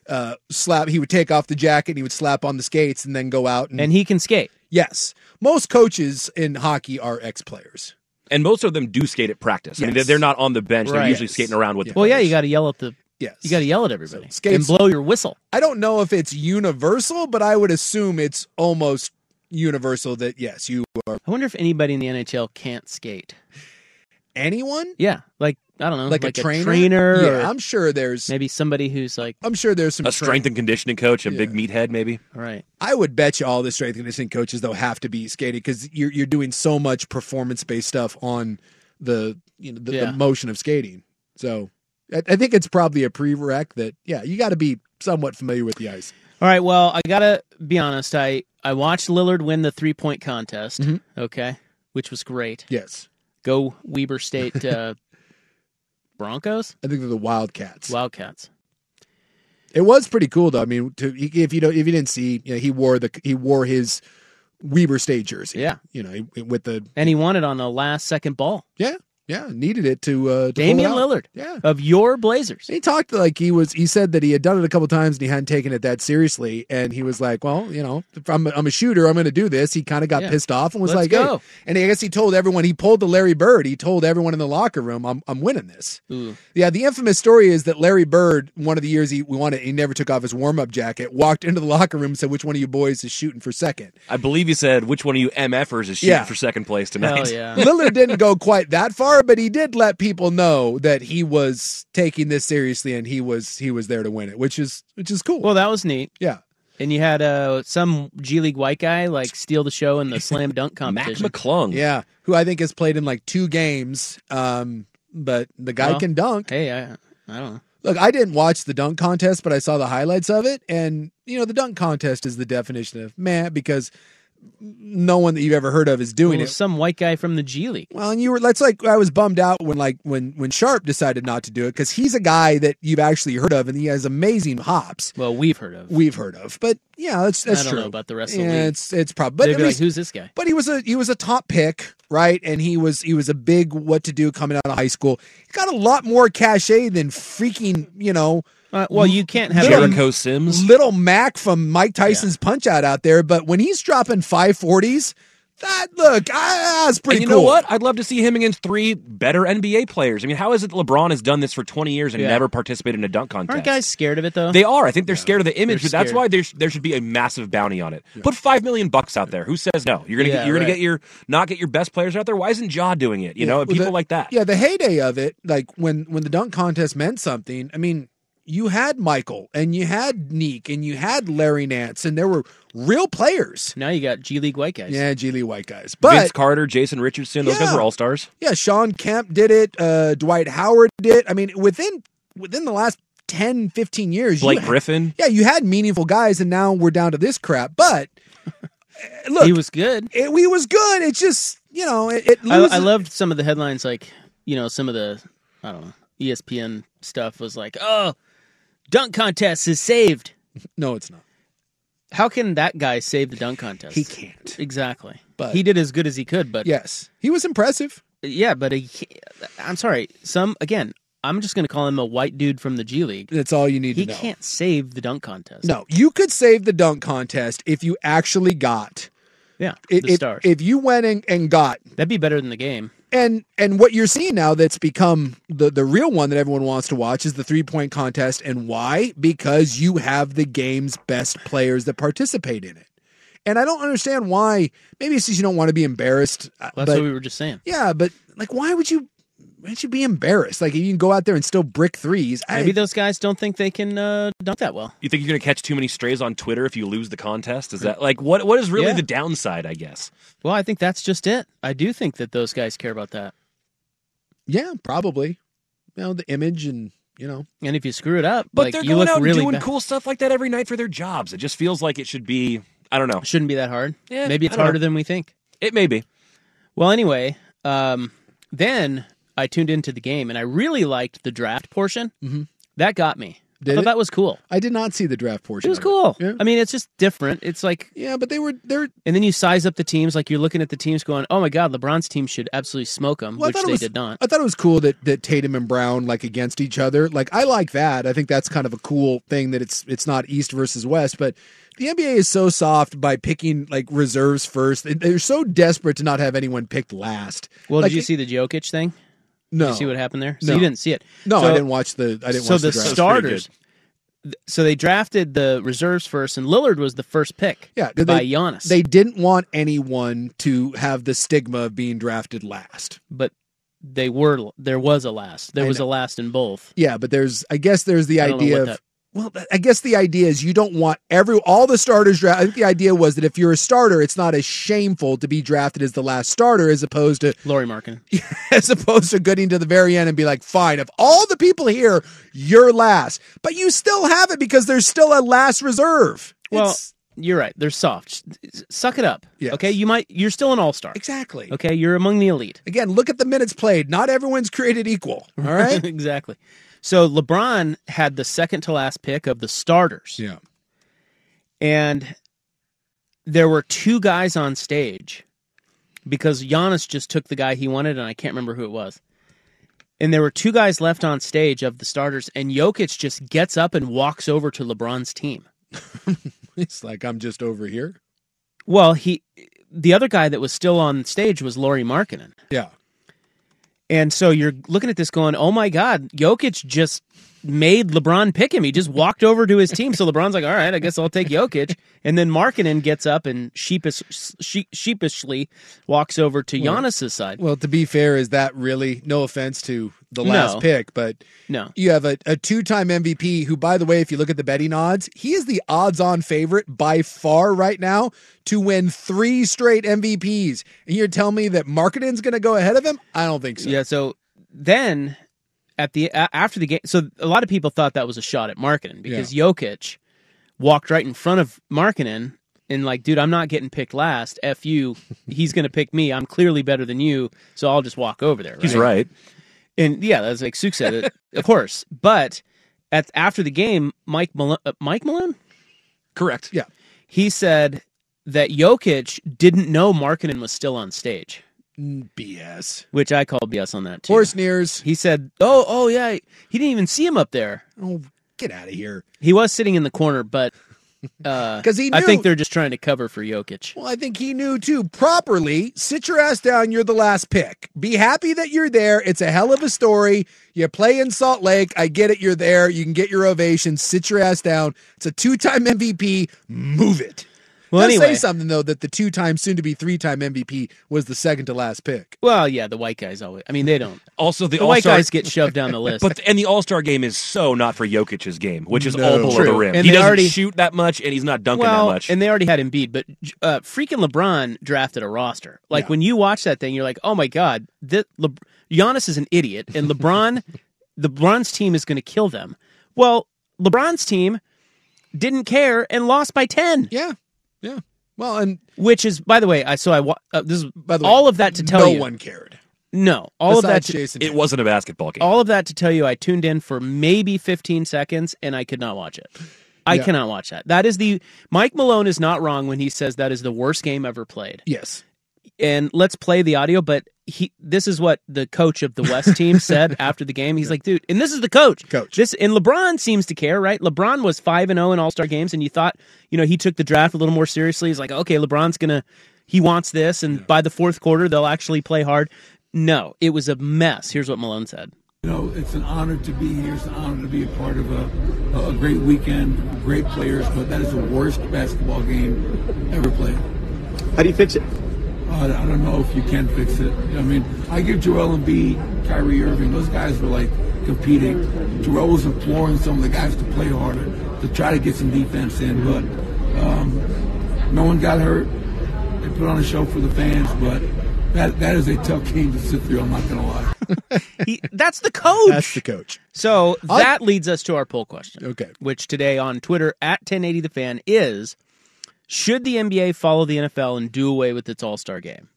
Speaker 8: uh slap. He would take off the jacket, and he would slap on the skates, and then go out and,
Speaker 7: And he can skate.
Speaker 8: yes, most coaches in hockey are ex players.
Speaker 9: And most of them do skate at practice. I mean, they're-
Speaker 8: Yes.
Speaker 9: they're not on the bench. They're
Speaker 7: Right.
Speaker 9: usually
Speaker 8: Yes.
Speaker 9: skating around with
Speaker 8: Yeah.
Speaker 9: the
Speaker 7: Well, yeah,
Speaker 9: players.
Speaker 7: you got to yell at the.
Speaker 8: Yes,
Speaker 7: You got to yell at everybody
Speaker 8: So, skates-
Speaker 7: and blow your whistle.
Speaker 8: I don't know if it's universal, but I would assume it's almost universal that yes, you are
Speaker 7: I wonder if anybody in the NHL can't skate.
Speaker 8: anyone
Speaker 7: Yeah, like I don't know,
Speaker 8: like, a trainer.
Speaker 7: or
Speaker 8: yeah, I'm sure there's.
Speaker 7: maybe somebody who's like,
Speaker 8: I'm sure there's some
Speaker 9: a strength and conditioning coach, a big meathead, maybe.
Speaker 7: all right,
Speaker 8: I would bet you all the strength and conditioning coaches though have to be skating because you're you're doing so much performance based stuff on the you know the, the
Speaker 7: Yeah.
Speaker 8: motion of skating. So I, I think it's probably a prereq that yeah you got to be somewhat familiar with the ice.
Speaker 7: all right. Well, I gotta be honest. I I watched Lillard win the three point contest.
Speaker 8: Mhm.
Speaker 9: Mm-hmm.
Speaker 7: Okay, which was great.
Speaker 8: Yes,
Speaker 7: Go Weber State uh, Broncos
Speaker 8: I think they're the Wildcats.
Speaker 7: Wildcats.
Speaker 8: It was pretty cool though. I mean, to, if you don't, if you didn't see, you know, he wore the he wore his Weber State jersey.
Speaker 7: Yeah.
Speaker 8: you know, he- with the
Speaker 7: And he won it on the last second ball.
Speaker 8: yeah yeah needed it to uh, to pull
Speaker 7: Damian
Speaker 8: it out.
Speaker 7: Lillard
Speaker 8: Yeah,
Speaker 7: of your Blazers.
Speaker 8: He talked like he was. He said that he had done it a couple times and he hadn't taken it that seriously. And he was like, "Well, you know, if I'm, I'm a shooter. I'm going to do this." He kind of got
Speaker 7: Yeah.
Speaker 8: pissed off and was
Speaker 7: Let's
Speaker 8: like, "Hey."
Speaker 7: go.
Speaker 8: And I guess he told everyone. He pulled the Larry Bird. He told everyone in the locker room, "I'm I'm winning this."
Speaker 7: Ooh.
Speaker 8: Yeah, the infamous story is that Larry Bird, one of the years he wanted, he never took off his warm up jacket. Walked into the locker room and said, "Which one of you boys is shooting for second?
Speaker 9: I believe he said, "Which one of you MFers is shooting
Speaker 8: Yeah.
Speaker 9: for second place tonight?"
Speaker 7: Hell yeah.
Speaker 8: Lillard didn't go quite that far, but he did let people know that he was taking this seriously and he was he was there to win it, which is which is cool.
Speaker 7: Well, that was neat.
Speaker 8: yeah.
Speaker 7: And you had uh, some G League white guy like steal the show in the slam dunk
Speaker 9: Mac
Speaker 7: competition.
Speaker 9: McClung.
Speaker 8: Yeah, who I think has played in like two games. Um, but the guy
Speaker 7: Well,
Speaker 8: can dunk.
Speaker 7: hey, I, I don't know.
Speaker 8: Look, I didn't watch the dunk contest, but I saw the highlights of it, and you know the dunk contest is the definition of man because no one that you've ever heard of is doing
Speaker 7: Well,
Speaker 8: it.
Speaker 7: Some white guy from the G League.
Speaker 8: Well, and you were that's like I was bummed out when like when when Sharp decided not to do it because he's a guy that you've actually heard of and he has amazing hops
Speaker 7: Well, we've heard of.
Speaker 8: we've heard of, but yeah, that's that's
Speaker 7: I don't
Speaker 8: true
Speaker 7: know about the rest of
Speaker 8: yeah,
Speaker 7: the league.
Speaker 8: it's it's probably but
Speaker 7: They'd
Speaker 8: at
Speaker 7: be like,
Speaker 8: least-
Speaker 7: who's this guy?
Speaker 8: But he was a he was a top pick, right? And he was he was a big what to do coming out of high school. He got a lot more cachet than freaking you know
Speaker 7: Uh, well, you can't have
Speaker 8: Little-
Speaker 7: every-
Speaker 9: Jericho Sims.
Speaker 8: little Mac from Mike Tyson's punch out out there. But when he's dropping five forties, that look ah, that's
Speaker 9: And
Speaker 8: pretty
Speaker 9: you
Speaker 8: cool.
Speaker 9: know what? I'd love to see him against three better NBA players. I mean, how is it that LeBron has done this for 20 years and
Speaker 7: Yeah.
Speaker 9: never participated in a dunk contest?
Speaker 7: aren't guys scared of it though?
Speaker 9: They are. I think they're scared of the image,
Speaker 7: They're
Speaker 9: but that's
Speaker 7: scared.
Speaker 9: why there, sh- there should be a massive bounty on it. Put five million bucks out there. Who says no? You're gonna
Speaker 7: Yeah,
Speaker 9: get, you're
Speaker 7: right.
Speaker 9: gonna get your not get your best players out there. Why isn't Ja doing it? You know, and
Speaker 8: Well,
Speaker 9: people
Speaker 8: the-
Speaker 9: like that.
Speaker 8: Yeah, the heyday of it, like when when the dunk contest meant something. I mean, you had Michael and you had Neek and you had Larry Nance and there were real players.
Speaker 7: Now you got G League white guys.
Speaker 8: Yeah, G League white guys. But
Speaker 9: Vince Carter, Jason Richardson, those guys
Speaker 8: Yeah.
Speaker 9: were all stars.
Speaker 8: yeah, Sean Kemp did it. Uh, Dwight Howard did. it. I mean, within within the last 10, 15 years, you
Speaker 9: Blake
Speaker 8: had-
Speaker 9: Griffin.
Speaker 8: yeah, you had meaningful guys, and now we're down to this crap. But uh, look,
Speaker 7: he was good.
Speaker 8: it, we was good. It's just you know, it, it
Speaker 7: I,
Speaker 8: loses.
Speaker 7: I loved some of the headlines, like you know, some of the I don't know E ESPN stuff was like, "Oh, dunk contest is saved."
Speaker 8: no, it's not.
Speaker 7: How can that guy save the dunk contest?
Speaker 8: He can't.
Speaker 7: Exactly.
Speaker 8: But-
Speaker 7: But he did as good as he could. But
Speaker 8: Yes, he was impressive.
Speaker 7: yeah, but he, I'm sorry. Some again, I'm just going to call him a white dude from the G League.
Speaker 8: That's all you need
Speaker 7: He
Speaker 8: to know.
Speaker 7: can't save the dunk contest.
Speaker 8: No, you could save the dunk contest if you actually got
Speaker 7: Yeah,
Speaker 8: it,
Speaker 7: the
Speaker 8: if,
Speaker 7: stars.
Speaker 8: if you went and, and got
Speaker 7: That'd be better than the game.
Speaker 8: and and what you're seeing now that's become the the real one that everyone wants to watch is the three point contest and why because you have the game's best players that participate in it and i don't understand why maybe it's just you don't want to be embarrassed uh,
Speaker 7: That's
Speaker 8: but-
Speaker 7: what we were just saying.
Speaker 8: yeah but like why would you why would you be embarrassed like you can go out there and still brick threes I-
Speaker 7: Maybe those guys don't think they can uh, dunk that well.
Speaker 9: You think you're going to catch too many strays on Twitter if you lose the contest? Is that like what? What is really
Speaker 7: Yeah.
Speaker 9: the downside? I guess.
Speaker 7: Well, I think that's just it. I do think that those guys care about that.
Speaker 8: yeah probably you know the image and you know
Speaker 7: And if you screw it up,
Speaker 9: But
Speaker 7: like,
Speaker 9: they're
Speaker 7: you
Speaker 9: going
Speaker 7: look
Speaker 9: out and
Speaker 7: really
Speaker 9: doing
Speaker 7: bad.
Speaker 9: cool stuff like that every night for their jobs. It just feels like it should be. I don't know.
Speaker 7: It shouldn't be that hard.
Speaker 9: Yeah,
Speaker 7: Maybe
Speaker 9: I
Speaker 7: it's
Speaker 9: don't know.
Speaker 7: harder than we think.
Speaker 9: It may be.
Speaker 7: Well, anyway, um, then I tuned into the game and I really liked the draft portion.
Speaker 8: Mhm.
Speaker 7: That got me. I
Speaker 8: Did
Speaker 7: thought
Speaker 8: it?
Speaker 7: that was cool.
Speaker 8: i did not see the draft
Speaker 7: It
Speaker 8: portion
Speaker 7: was
Speaker 8: of
Speaker 7: cool.
Speaker 8: Yeah.
Speaker 7: I mean, it's just different. It's like,
Speaker 8: yeah but they were they're
Speaker 7: and then you size up the teams. Like you're looking at the teams, going, "Oh my God, LeBron's team should absolutely smoke them,"
Speaker 8: Well, I
Speaker 7: which
Speaker 8: thought it
Speaker 7: they
Speaker 8: was-
Speaker 7: did not.
Speaker 8: I thought it was cool that that Tatum and Brown like against each other. Like I like that. I think that's kind of a cool thing that it's it's not East versus West, but the NBA is so soft by picking like reserves first. They- They're so desperate to not have anyone picked last.
Speaker 7: Well,
Speaker 8: Like,
Speaker 7: did you see the Jokic thing?
Speaker 8: No,
Speaker 7: Did you see what happened there? So
Speaker 8: No.
Speaker 7: you didn't see it.
Speaker 8: no, I
Speaker 7: So-
Speaker 8: didn't watch the. I didn't
Speaker 7: so
Speaker 8: watch the,
Speaker 7: the
Speaker 8: draft.
Speaker 9: pretty
Speaker 7: starters. th- So they drafted the reserves first, and Lillard was the first pick.
Speaker 8: Yeah, did
Speaker 7: by
Speaker 8: they-
Speaker 7: Giannis.
Speaker 8: They didn't want anyone to have the stigma of being drafted last.
Speaker 7: but they were there was a last. There
Speaker 8: I
Speaker 7: was
Speaker 8: know.
Speaker 7: a last in both.
Speaker 8: Yeah, but there's I guess there's the
Speaker 7: I don't know
Speaker 8: idea
Speaker 7: what
Speaker 8: of
Speaker 7: that-
Speaker 8: well, th- I guess the idea is you don't want every all the starters draft. I think the idea was that if you're a starter, it's not as shameful to be drafted as the last starter as opposed to
Speaker 7: Lori Markin.
Speaker 8: as opposed to getting to the very end and be like, fine, of all the people here, you're last, but you still have it because there's still a last reserve.
Speaker 7: Well,
Speaker 8: It's-
Speaker 7: you're right. They're soft. S- Suck it up.
Speaker 8: Yes.
Speaker 7: Okay, you might. You're still an all star.
Speaker 8: exactly.
Speaker 7: Okay, you're among the elite.
Speaker 8: Again, look at the minutes played. Not everyone's created equal. All right.
Speaker 7: exactly. So LeBron had the second to last pick of the starters,
Speaker 8: yeah.
Speaker 7: and there were two guys on stage because Giannis just took the guy he wanted, and I can't remember who it was. And there were two guys left on stage of the starters, and Jokic just gets up and walks over to LeBron's team.
Speaker 8: It's like I'm just over here.
Speaker 7: Well, he the other guy that was still on stage was Laurie Markkinen.
Speaker 8: Yeah.
Speaker 7: And so you're looking at this going, "Oh my god, Jokic just made LeBron pick him. He just walked over to his team." So LeBron's like, "All right, I guess I'll take Jokic." And then Markkinen gets up and sheepish she, sheepishly walks over to Giannis's side.
Speaker 8: Well, to be fair, is that really no offense to the last
Speaker 7: No.
Speaker 8: pick, but
Speaker 7: No.
Speaker 8: you have a, a two time MVP who, by the way, if you look at the betting odds, he is the odds on favorite by far right now to win three straight MVPs. And you're telling me that marketing's going to go ahead of him? I don't think so.
Speaker 7: Yeah, so then at the a- after the game, so a lot of people thought that was a shot at Markkinen because Jokic walked right in front of Markkinen and like, dude, I'm not getting picked last. F you, he's gonna pick me. I'm clearly better than you, so I'll just walk over there. Right?
Speaker 9: He's right.
Speaker 7: And yeah, that's like Suk said it, of course. But at after the game, Mike Malone, uh, Mike Malone,
Speaker 9: Correct.
Speaker 8: Yeah.
Speaker 7: he said that Jokic didn't know Markkinen was still on stage,
Speaker 8: Mm, BS.
Speaker 7: which I call BS on that too.
Speaker 8: Horse nears.
Speaker 7: He said, "Oh, oh yeah, he didn't even see him up there.
Speaker 8: Oh, get out of here.
Speaker 7: He was sitting in the corner, but uh,
Speaker 8: 'Cause he
Speaker 7: I
Speaker 8: knew-
Speaker 7: think they're just trying to cover for Jokic.
Speaker 8: Well, I think he knew too. Properly, sit your ass down. You're the last pick. Be happy that you're there. It's a hell of a story. You play in Salt Lake. I get it. You're there. You can get your ovation. Sit your ass down. It's a two time MVP. Move it.
Speaker 7: Well,
Speaker 8: Does
Speaker 7: anyway.
Speaker 8: say something though that the two-time, soon-to-be three-time MVP was the second to last pick.
Speaker 7: Well, yeah, the white guys always. I mean, they don't.
Speaker 9: Also, the,
Speaker 7: The white
Speaker 9: All-Star-
Speaker 7: guys get shoved down the list.
Speaker 9: But and the All Star game is so not for Jokic's game, which is
Speaker 7: No.
Speaker 9: all below the
Speaker 7: True.
Speaker 9: rim.
Speaker 7: And
Speaker 9: he
Speaker 7: they
Speaker 9: doesn't
Speaker 7: already-
Speaker 9: shoot that much, and he's not dunking
Speaker 7: well,
Speaker 9: that much.
Speaker 7: and they already had Embiid, but uh, freaking LeBron drafted a roster. Like when you watch that thing, you're like, oh my god, this, Le- Giannis is an idiot, and LeBron, LeBron's team is going to kill them. Well, LeBron's team didn't care and lost by ten.
Speaker 8: Yeah, yeah. Well, and
Speaker 7: which is by the way, I so I wa- uh, this is by
Speaker 8: the
Speaker 7: the
Speaker 8: way,
Speaker 7: way, all of that to tell
Speaker 8: no
Speaker 7: you
Speaker 8: one cared.
Speaker 7: No, all of that
Speaker 8: Besides
Speaker 7: to,
Speaker 8: Jason
Speaker 9: it wasn't a basketball game.
Speaker 7: all of that to tell you, I tuned in for maybe 15 seconds and I could not watch it. I
Speaker 8: Yeah.
Speaker 7: cannot watch that. That is the Mike Malone is not wrong when he says that is the worst game ever played.
Speaker 8: Yes.
Speaker 7: And let's play the audio, but he this is what the coach of the West team said after the game. He's like, dude, and this is the coach. Coach. This and LeBron seems to care, right? LeBron was five and oh in all star games, and you thought, you know, he took the draft a little more seriously. He's like, okay, LeBron's gonna he wants this, and by the fourth quarter they'll actually play hard. No, it was a mess. Here's what Malone said.
Speaker 10: You know, it's an honor to be here. It's an honor to be a part of a, a great weekend, great players, but that is the worst basketball game ever played. How do you fix it? I don't know if you can fix it. I mean, I give Joel Embiid, Kyrie Irving, those guys were like competing. Joel was imploring some of the guys to play harder, to try to get some defense in, but um, no one got hurt. They put on a show for the fans, but that, that is a tough game to sit through, I'm not going to lie.
Speaker 7: He, that's the coach.
Speaker 8: That's the coach.
Speaker 7: So
Speaker 8: I-
Speaker 7: that leads us to our poll question.
Speaker 8: Okay.
Speaker 7: Which today on Twitter at 1080 the fan is should the NBA follow the NFL and do away with its All-Star game?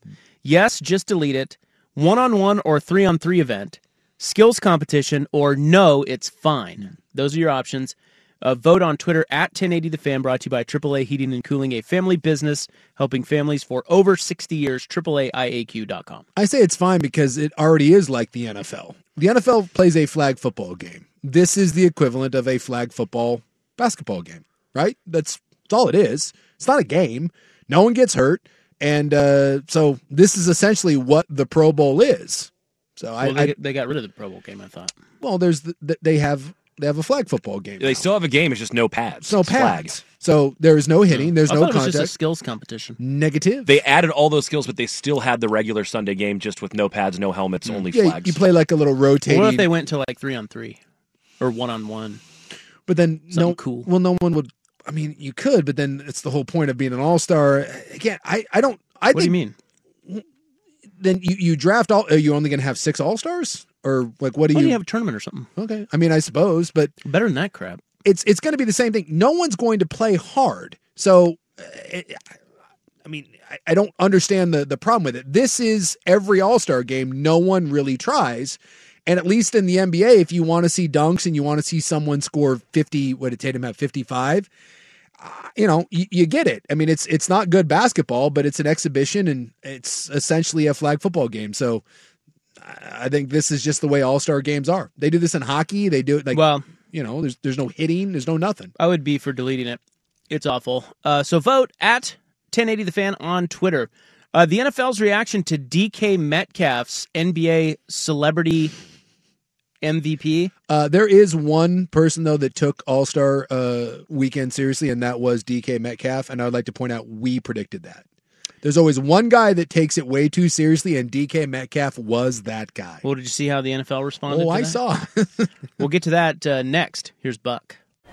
Speaker 7: Yes, just delete it. One-on-one or three-on-three event, skills competition or no, it's
Speaker 8: Hmm.
Speaker 7: fine. Those are your options. Uh, vote on Twitter at 1080 the fan brought to you by AAA Heating and Cooling, a family business helping families for over 60 years. AAAIAQ.com.
Speaker 8: I say it's fine because it already is like the NFL. The NFL plays a flag football game. This is the equivalent of a flag football basketball game, right? That's, that's all it is. It's not a game. No one gets hurt. And uh, so this is essentially what the Pro Bowl is. So I,
Speaker 7: Well, they,
Speaker 8: I-
Speaker 7: got- they got rid of the Pro Bowl game, I thought.
Speaker 8: well, there's the, th- they have they have a flag football game.
Speaker 9: they still have a game. It's just no pads.
Speaker 8: It's no
Speaker 9: It's flag.
Speaker 8: pads. So there is no hitting. There's
Speaker 7: Oh. I
Speaker 8: no
Speaker 7: thought it was just a
Speaker 8: contact.
Speaker 7: skills competition.
Speaker 8: Negative.
Speaker 9: They added all those skills, but they still had the regular Sunday game just with no pads, no helmets, only
Speaker 8: Yeah,
Speaker 9: flags.
Speaker 8: you play like a little rotating.
Speaker 7: What if they went to like three on three or one on one?
Speaker 8: But then no
Speaker 7: Something cool.
Speaker 8: Well, no one would. I mean, you could, but then it's the whole point of being an all star. Again, I I don't. I
Speaker 7: What do
Speaker 8: think
Speaker 7: you mean?
Speaker 8: then you you draft all. Are you only going to have six all stars or like what do
Speaker 7: Why do
Speaker 8: you?
Speaker 7: you have a tournament or something?
Speaker 8: okay, I mean, I suppose, but
Speaker 7: Better than that crap.
Speaker 8: it's it's going to be the same thing. No one's going to play hard, so. uh, It, I mean, I, I don't understand the the problem with it. This is every All Star game. No one really tries. And at least in the NBA, if you want to see dunks and you want to see someone score 50, what did Tatum have, 55? you know, you, you get it. I mean, it's it's not good basketball, but it's an exhibition and it's essentially a flag football game. So I I think this is just the way all star games are. They do this in hockey. They do it like
Speaker 7: Well-
Speaker 8: you know, there's there's no hitting, there's no nothing.
Speaker 7: I would be for deleting it. It's awful. Uh, so vote at 1080 the fan on Twitter. Uh, the NFL's reaction to DK Metcalf's NBA celebrity MVP.
Speaker 8: Uh, there is one person though that took all star uh, weekend seriously, and that was DK Metcalf. And I would like to point out we predicted that. There's always one guy that takes it way too seriously, and DK Metcalf was that guy.
Speaker 7: Well, did you see how the NFL responded?
Speaker 8: Oh,
Speaker 7: to
Speaker 8: I
Speaker 7: that?
Speaker 8: saw.
Speaker 7: We'll get to that uh, next. Here's Buck.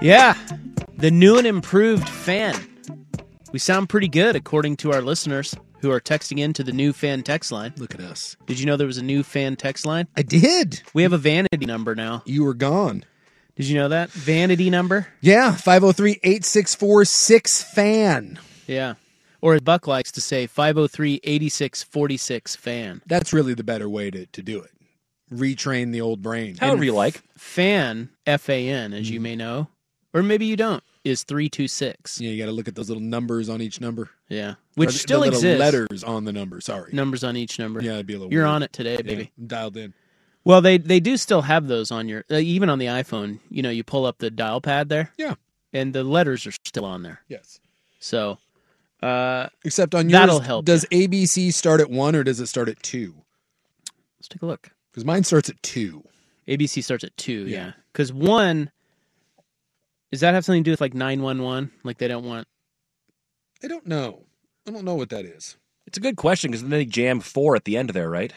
Speaker 7: Yeah, the new and improved fan. We sound pretty good according to our listeners who are texting in to the new fan text line.
Speaker 8: Look at us.
Speaker 7: Did you know there was a new fan text line?
Speaker 8: I did.
Speaker 7: We have a vanity number now.
Speaker 8: You were gone.
Speaker 7: Did you know that? Vanity number?
Speaker 8: Yeah, 503 864 fan.
Speaker 7: Yeah. Or as Buck likes to say, 503 8646 fan.
Speaker 8: That's really the better way to, to do it. Retrain the old brain.
Speaker 9: However you like.
Speaker 7: Fan, F A N, as you may know, or maybe you don't, is 326.
Speaker 8: Yeah, you got to look at those little numbers on each number.
Speaker 7: Yeah. Which
Speaker 8: Or the- the
Speaker 7: still
Speaker 8: little
Speaker 7: exists.
Speaker 8: Letters on the number. Sorry.
Speaker 7: Numbers on each number.
Speaker 8: Yeah, it'd be a little.
Speaker 7: You're
Speaker 8: weird.
Speaker 7: on it today,
Speaker 8: Yeah,
Speaker 7: baby.
Speaker 8: I'm dialed in.
Speaker 7: Well, they they do still have those on your uh, even on the iPhone. You know, you pull up the dial pad there.
Speaker 8: Yeah.
Speaker 7: And the letters are still on there.
Speaker 8: Yes.
Speaker 7: So, uh
Speaker 8: Except on yours,
Speaker 7: That'll help
Speaker 8: Does ABC start at one or does it start at two?
Speaker 7: let's take a look.
Speaker 8: Because mine starts at two.
Speaker 7: ABC starts at 2,
Speaker 8: Yeah.
Speaker 7: yeah. Cuz 1 does that have something to do with like 911? Like they don't want
Speaker 8: I don't know. I don't know what that is.
Speaker 9: It's a good question because then they jam four at the end there, right?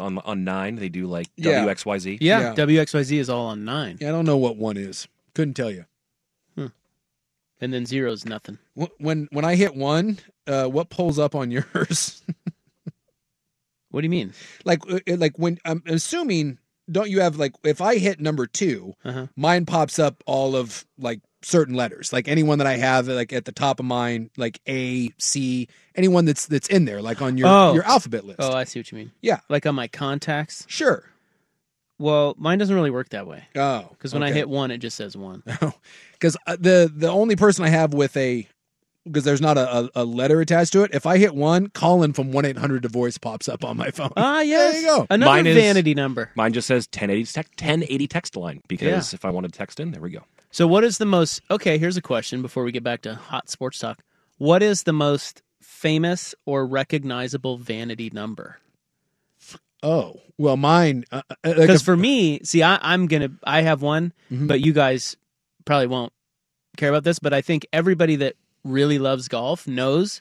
Speaker 9: On on nine, they do like
Speaker 8: Yeah.
Speaker 9: WXYZ.
Speaker 7: Yeah, WXYZ is all on 9.
Speaker 8: Yeah, I don't know what one is. Couldn't tell you.
Speaker 7: And then 0 is nothing.
Speaker 8: Wh- When when I hit one, uh, what pulls up on yours?
Speaker 7: What do you mean?
Speaker 8: like uh, like when I'm assuming don't you have like if I hit number 2
Speaker 7: Uh-huh.
Speaker 8: mine pops up all of like certain letters like anyone that I have like at the top of mine like A C anyone that's that's in there like on your
Speaker 7: Oh.
Speaker 8: your alphabet list.
Speaker 7: Oh, I see what you mean.
Speaker 8: Yeah.
Speaker 7: Like on my contacts?
Speaker 8: Sure.
Speaker 7: Well, mine doesn't really work that way.
Speaker 8: Oh.
Speaker 7: Cuz when I hit 1 it just says 1.
Speaker 8: cuz uh, the the only person I have with a because there's not a, a, a letter attached to it. If I hit one, Colin from one eight hundred divorce pops up on my phone.
Speaker 7: Ah, yes.
Speaker 8: There you go.
Speaker 7: Another
Speaker 9: Mine is-
Speaker 7: vanity number.
Speaker 9: Mine just says 1080 text, 1080 text line because if I wanted to text in, there we go.
Speaker 7: So, what is the most? Okay, here's a question before we get back to hot sports talk. What is the most famous or recognizable vanity number?
Speaker 8: Oh well, mine uh, uh, like
Speaker 7: Because
Speaker 8: if-
Speaker 7: for me, see, I, I'm gonna, I have one,
Speaker 8: Mhm.
Speaker 7: but you guys probably won't care about this. But I think everybody that really loves golf knows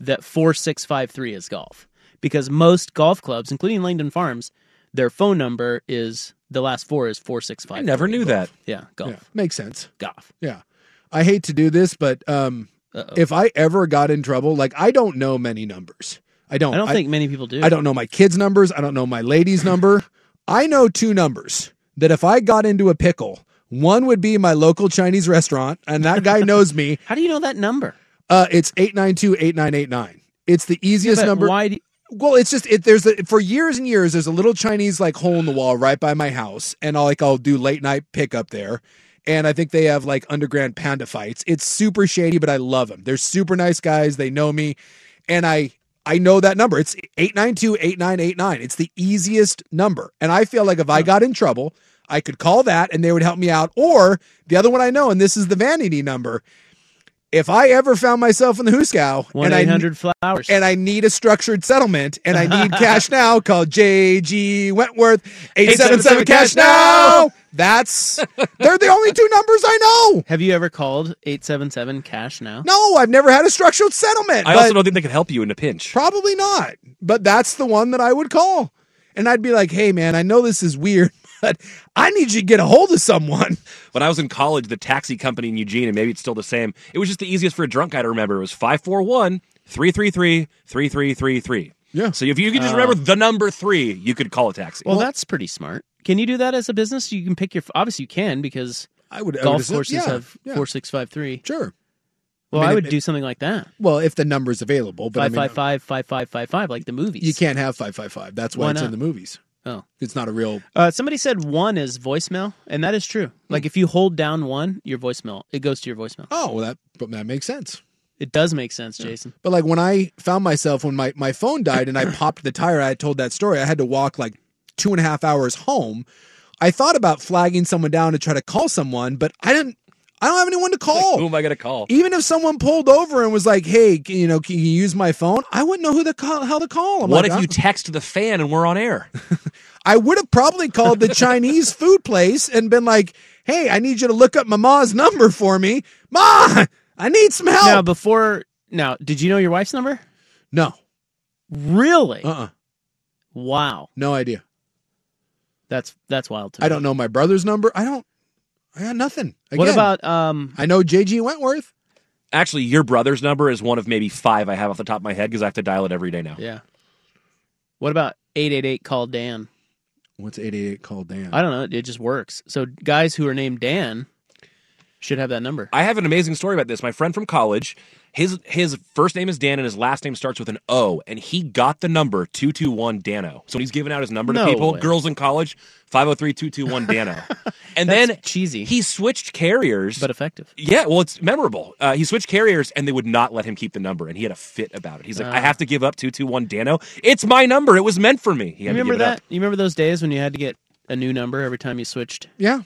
Speaker 7: that four six five three is golf because most golf clubs, including Langdon Farms, their phone number is the last four is four six five.
Speaker 9: I never knew that.
Speaker 7: Yeah, golf,
Speaker 8: Yeah, makes sense.
Speaker 7: golf.
Speaker 8: Yeah. I hate to do this, but um
Speaker 7: Uh-oh.
Speaker 8: if I ever got in trouble, like I don't know many numbers. Oh, I don't
Speaker 7: I don't think many people do.
Speaker 8: I don't know my kids' numbers, I don't know my lady's number. I know two numbers that if I got into a pickle, one would be my local Chinese restaurant, and that guy knows me.
Speaker 7: How do you know that number?
Speaker 8: Uh it's 892-8989. It's the easiest
Speaker 7: But
Speaker 8: number.
Speaker 7: Why do
Speaker 8: Well, it's just it. There's a, for years and years. There's a little Chinese like hole in the wall right by my house, and I'll like I'll do late night pickup there, and I think they have like underground panda fights. It's super shady, but I love them. They're super nice guys. They know me, and I I know that number. It's 892-8989. It's the easiest number, and I feel like if I got in trouble, I could call that, and they would help me out. Or the other one I know, and this is the vanity number. If I ever found myself in the Huskow
Speaker 7: one
Speaker 8: and I
Speaker 7: eight hundred flowers?
Speaker 8: and I need a structured settlement and I need cash now, call JG Wentworth 877 cash now. That's they're the only two numbers I know.
Speaker 7: Have you ever called 877 cash now?
Speaker 8: No, I've never had a structured settlement.
Speaker 9: I
Speaker 8: but
Speaker 9: also don't think they could help you in a pinch.
Speaker 8: probably not. But that's the one that I would call. And I'd be like, "Hey man, I know this is weird, but I need you to get a hold of someone."
Speaker 9: When I was in college, the taxi company in Eugene, and maybe it's still the same, it was just the easiest for a drunk guy to remember. It was 541 333 3333.
Speaker 8: Yeah.
Speaker 9: So if you could just remember the number three, you could call a taxi.
Speaker 7: Well, that's pretty smart. Can you do that as a business? You can pick your obviously you can because
Speaker 8: I would- I would
Speaker 7: golf
Speaker 8: assume-
Speaker 7: courses
Speaker 8: yeah,
Speaker 7: have
Speaker 8: yeah.
Speaker 7: four six five three.
Speaker 8: Sure.
Speaker 7: Well,
Speaker 8: I
Speaker 7: I,
Speaker 8: mean,
Speaker 7: would
Speaker 8: it-
Speaker 7: do something like that.
Speaker 8: Well, if the number's available, but I
Speaker 7: Five
Speaker 8: mean,
Speaker 7: five five five five five five, like the movies.
Speaker 8: you can't have five five five. That's why,
Speaker 7: Why
Speaker 8: it's in
Speaker 7: not?
Speaker 8: the movies.
Speaker 7: Oh.
Speaker 8: It's not a real.
Speaker 7: Uh, somebody said one is voicemail, and that is true.
Speaker 8: Hmm.
Speaker 7: Like if you hold down one, your voicemail it goes to your voicemail.
Speaker 8: Oh, well, that but that makes sense.
Speaker 7: It does make sense, Jason.
Speaker 8: But like when I found myself when my, my phone died and I popped the tire, I had told that story. I had to walk like two and a half hours home. I thought about flagging someone down to try to call someone, but I didn't. I don't have anyone to call.
Speaker 9: Who am I going to call?
Speaker 8: Even if someone pulled over and was like, "Hey, can, you know, can you use my phone?" I wouldn't know who the call, hell to call. I'm
Speaker 9: what
Speaker 8: like,
Speaker 9: if you
Speaker 8: "I'm-
Speaker 9: text the fan and we're on air?
Speaker 8: I would have probably called the Chinese food place and been like, "Hey, I need you to look up my ma's number for me, ma. I need some help."
Speaker 7: Now before now, did you know your wife's number?
Speaker 8: No.
Speaker 7: Really?
Speaker 8: Uh. uh
Speaker 7: Wow.
Speaker 8: No idea.
Speaker 7: That's that's wild to me.
Speaker 8: I don't know my brother's number. I don't. I got nothing.
Speaker 7: What
Speaker 8: Again,
Speaker 7: about um?
Speaker 8: I know JG Wentworth.
Speaker 9: Actually, your brother's number is one of maybe five I have off the top of my head because I have to dial it every day now.
Speaker 7: Yeah. What about eight eight eight? Call Dan.
Speaker 8: What's eight eight eight called Dan?
Speaker 7: I don't know. It just works. So guys who are named Dan should have that number.
Speaker 9: I have an amazing story about this. My friend from college, his his first name is Dan and his last name starts with an O, and he got the number 221 Dano. So he's giving out his number to
Speaker 7: No
Speaker 9: people,
Speaker 7: way.
Speaker 9: girls in college, 503-221 Dano. And then
Speaker 7: cheesy.
Speaker 9: He switched carriers.
Speaker 7: But effective.
Speaker 9: Yeah, well, it's memorable. Uh, he switched carriers, and they would not let him keep the number, and he had a fit about it. He's like,
Speaker 7: Ah.
Speaker 9: "I have to give up two two one Dano. It's my number. It was meant for me." He
Speaker 7: You
Speaker 9: had to
Speaker 7: remember
Speaker 9: give it up.
Speaker 7: that? You remember those days when you had to get a new number every time you switched?
Speaker 8: Yeah.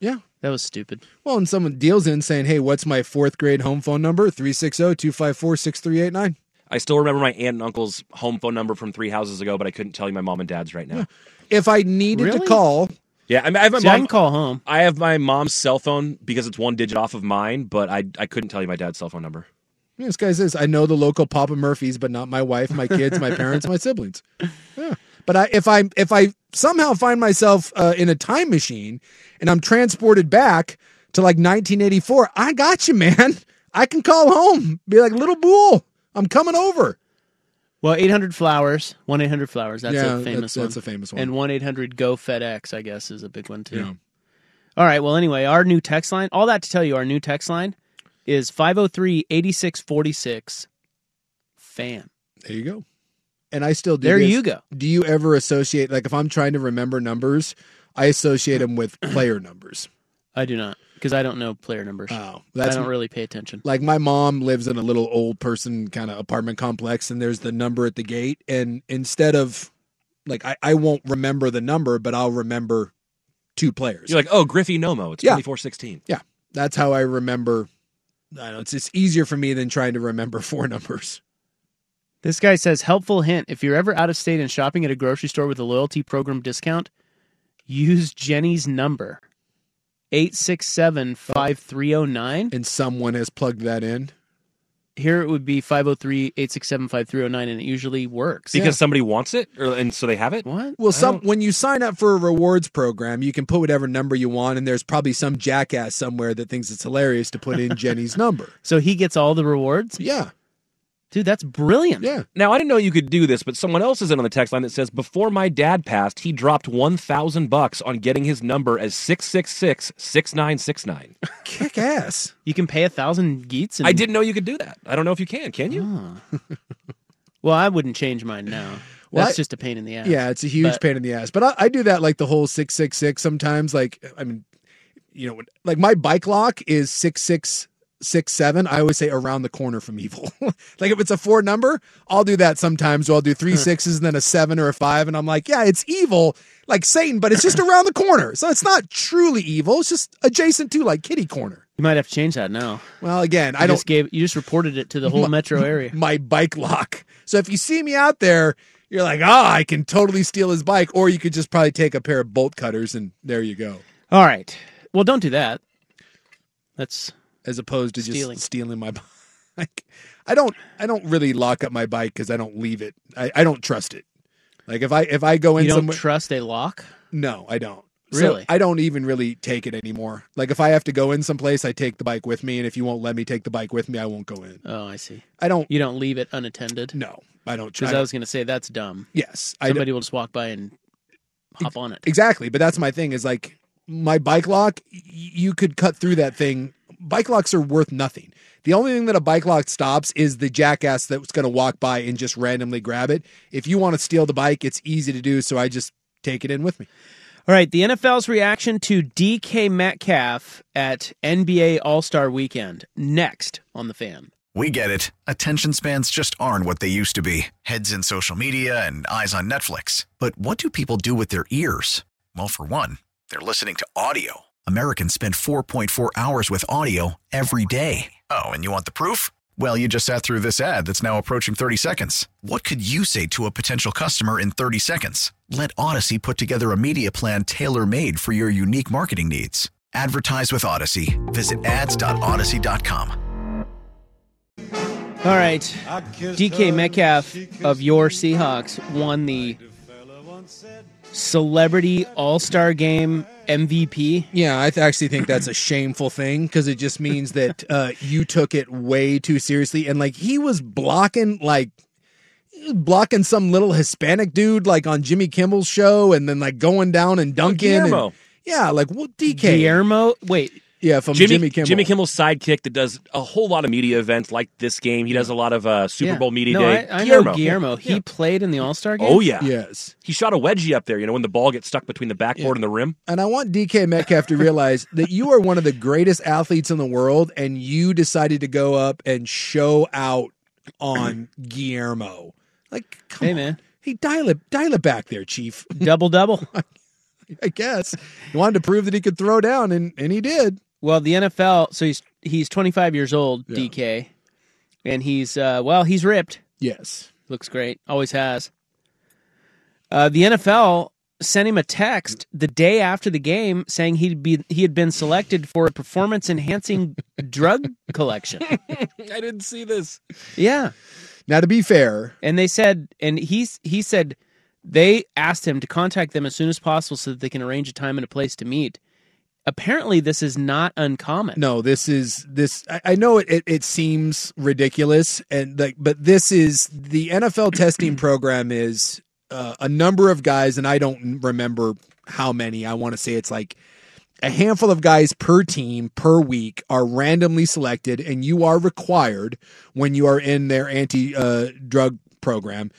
Speaker 8: Yeah.
Speaker 7: That was stupid.
Speaker 8: Well, and someone deals in saying, "Hey, what's my fourth grade home phone number? oh, 360-254-6389.
Speaker 9: I still remember my aunt and uncle's home phone number from three houses ago, but I couldn't tell you my mom and dad's right now. Yeah,
Speaker 8: If I needed to
Speaker 9: Really?
Speaker 8: call,
Speaker 9: I, mean, I have my
Speaker 7: See, I
Speaker 9: mom.
Speaker 7: can call home.
Speaker 9: I have my mom's cell phone because it's one digit off of mine, but I I couldn't tell you my dad's cell phone number.
Speaker 8: this guy says, "I know the local Papa Murphy's, but not my wife, my kids, my parents, my siblings." Yeah. But I, if I if I somehow find myself uh, in a time machine and I'm transported back to like 1984, I got you, man. I can call home, be like, "Little bull, I'm coming over."
Speaker 7: Well, 800 Flowers, 1 800 Flowers. That's
Speaker 8: Yeah,
Speaker 7: a famous
Speaker 8: that's-
Speaker 7: one.
Speaker 8: that's a famous one.
Speaker 7: And 1 800 Go FedEx, I guess, is a big one, too. All right. Well, anyway, our new text line, all that to tell you, our new text line is 503 8646 FAN.
Speaker 8: There you go. And I still do.
Speaker 7: There
Speaker 8: this.
Speaker 7: you go.
Speaker 8: Do you ever associate like if I'm trying to remember numbers, I associate them with player numbers.
Speaker 7: I do not, because I don't know player numbers.
Speaker 8: Oh, that's-
Speaker 7: I don't really pay attention.
Speaker 8: Like my mom lives in a little old person kind of apartment complex, and there's the number at the gate, and instead of like I, I won't remember the number, but I'll remember two players.
Speaker 9: You're like, oh, Griffey Nomo. It's
Speaker 8: Yeah.
Speaker 9: twenty four sixteen.
Speaker 8: yeah, that's how I remember. I don't know it's it's easier for me than trying to remember four numbers.
Speaker 7: This guy says, helpful hint if you're ever out of state and shopping at a grocery store with a loyalty program discount, use Jenny's number 867 5309.
Speaker 8: And someone has plugged that in.
Speaker 7: Here it would be 503 867 5309, and it usually works.
Speaker 9: Because somebody wants it, or, and so they have it.
Speaker 7: What? Oh.
Speaker 8: Well, some when you sign up for a rewards program, you can put whatever number you want, and there's probably some jackass somewhere that thinks it's hilarious to put in Jenny's number.
Speaker 7: So he gets all the rewards?
Speaker 8: Yeah,
Speaker 7: Dude, that's brilliant.
Speaker 8: yeah.
Speaker 9: Now I didn't know you could do this, but someone else is in on the text line that says before my dad passed, he dropped one thousand bucks on getting his number as six six six six nine six nine.
Speaker 8: Kick ass.
Speaker 7: You can pay a thousand geats. And...
Speaker 9: I didn't know you could do that. I don't know if you can. Can you?
Speaker 7: Oh. Well, I wouldn't change mine now.
Speaker 8: Well,
Speaker 7: That's
Speaker 8: I-
Speaker 7: just a pain in the ass.
Speaker 8: Yeah, it's a huge
Speaker 7: But-
Speaker 8: pain in the ass. But I, I do that like the whole six six six sometimes. Like I mean, you know, like my bike lock is six six six seven. I always say around the corner from evil. like if it's a four number, I'll do that sometimes. Or I'll do three sixes and then a seven or a five, and I'm like, yeah, it's evil, like Satan, but it's just around the corner. So it's not truly evil. It's just adjacent to like kitty corner.
Speaker 7: You might have to change that now.
Speaker 8: Well, again, I
Speaker 7: You
Speaker 8: don't
Speaker 7: just gave you just reported it to the whole
Speaker 8: My-
Speaker 7: metro area.
Speaker 8: my bike lock. So if you see me out there, you're like, ah, I can totally steal his bike, or you could just probably take a pair of bolt cutters and there you go.
Speaker 7: All right. Well, don't do that. That's
Speaker 8: As opposed to just stealing,
Speaker 7: Stealing.
Speaker 8: my bike. I don't I don't really lock up my bike because I don't leave it. I, I don't trust it. Like if I if I go in
Speaker 7: you don't
Speaker 8: somewhere
Speaker 7: trust a lock.
Speaker 8: No, I don't. So
Speaker 7: Really?
Speaker 8: I don't even really take it anymore. Like if I have to go in someplace, I take the bike with me, and if you won't let me take the bike with me, I won't go in.
Speaker 7: Oh, I see.
Speaker 8: I don't
Speaker 7: You don't leave it unattended.
Speaker 8: no. I don't
Speaker 7: because
Speaker 8: trust
Speaker 7: I was going to say that's dumb.
Speaker 8: Yes. I don't-
Speaker 7: Somebody will just walk by and hop on it.
Speaker 8: Exactly, but that's my thing is like my bike lock, y- you could cut through that thing. Bike locks are worth nothing. The only thing that a bike lock stops is the jackass that's going to walk by and just randomly grab it. If you want to steal the bike, it's easy to do. So I just take it in with me.
Speaker 7: All right, the NFL's reaction to DK Metcalf at NBA All Star Weekend next on the Fan.
Speaker 11: We get it. Attention spans just aren't what they used to be heads in social media and eyes on Netflix. But what do people do with their ears? Well, for one, they're listening to audio. Americans spend 4.4 hours with audio every day. Oh, and you want the proof? Well, you just sat through this ad that's now approaching 30 seconds. What could you say to a potential customer in 30 seconds? Let Odyssey put together a media plan tailor made for your unique marketing needs. Advertise with Odyssey. Visit ads.odyssey.com.
Speaker 7: All right, DK Metcalf of your Seahawks won the Celebrity All Star Game MVP.
Speaker 8: Yeah, I th- actually think that's a shameful thing because it just means that uh, you took it way too seriously. And like he was blocking, like he was blocking some little Hispanic dude, like on Jimmy Kimmel's show, and then like going down and dunking. and-
Speaker 9: Guillermo.
Speaker 8: yeah, like what DK
Speaker 7: Guillermo? Wait,
Speaker 8: yeah, from Jimmy,
Speaker 9: Jimmy,
Speaker 8: Kimmel.
Speaker 9: Kimmel's sidekick that does a whole lot of media events like this game. He does a lot of uh, Super
Speaker 7: Yeah.
Speaker 9: Bowl media
Speaker 7: no,
Speaker 9: day.
Speaker 7: I, I know Guillermo. He played in the All Star game.
Speaker 9: Oh yeah.
Speaker 8: Yes.
Speaker 9: He shot a wedgie up there, you know, when the ball gets stuck between the backboard and the rim.
Speaker 8: And I want DK Metcalf to realize that you are one of the greatest athletes in the world, and you decided to go up and show out on Guillermo. Like, come
Speaker 7: Hey,
Speaker 8: on.
Speaker 7: man.
Speaker 8: Hey, dial it, dial it back there, Chief.
Speaker 7: Double double.
Speaker 8: I guess he wanted to prove that he could throw down, and and he did.
Speaker 7: Well, the NFL. So he's he's 25 years old, DK, and he's uh, well, he's ripped.
Speaker 8: Yes,
Speaker 7: looks great. Always has. Uh, the NFL sent him a text the day after the game saying he'd be he had been selected for a performance enhancing drug collection.
Speaker 9: I didn't see this.
Speaker 7: Yeah.
Speaker 8: Now to be fair,
Speaker 7: and they said, and he's he said they asked him to contact them as soon as possible so that they can arrange a time and a place to meet. Apparently, this is not uncommon.
Speaker 8: No, this is this. I, I know it, it. It seems ridiculous, and like, but this is the NFL testing program is uh, a number of guys, and I don't remember how many. I want to say it's like a handful of guys per team per week are randomly selected, and you are required when you are in their anti uh, drug program.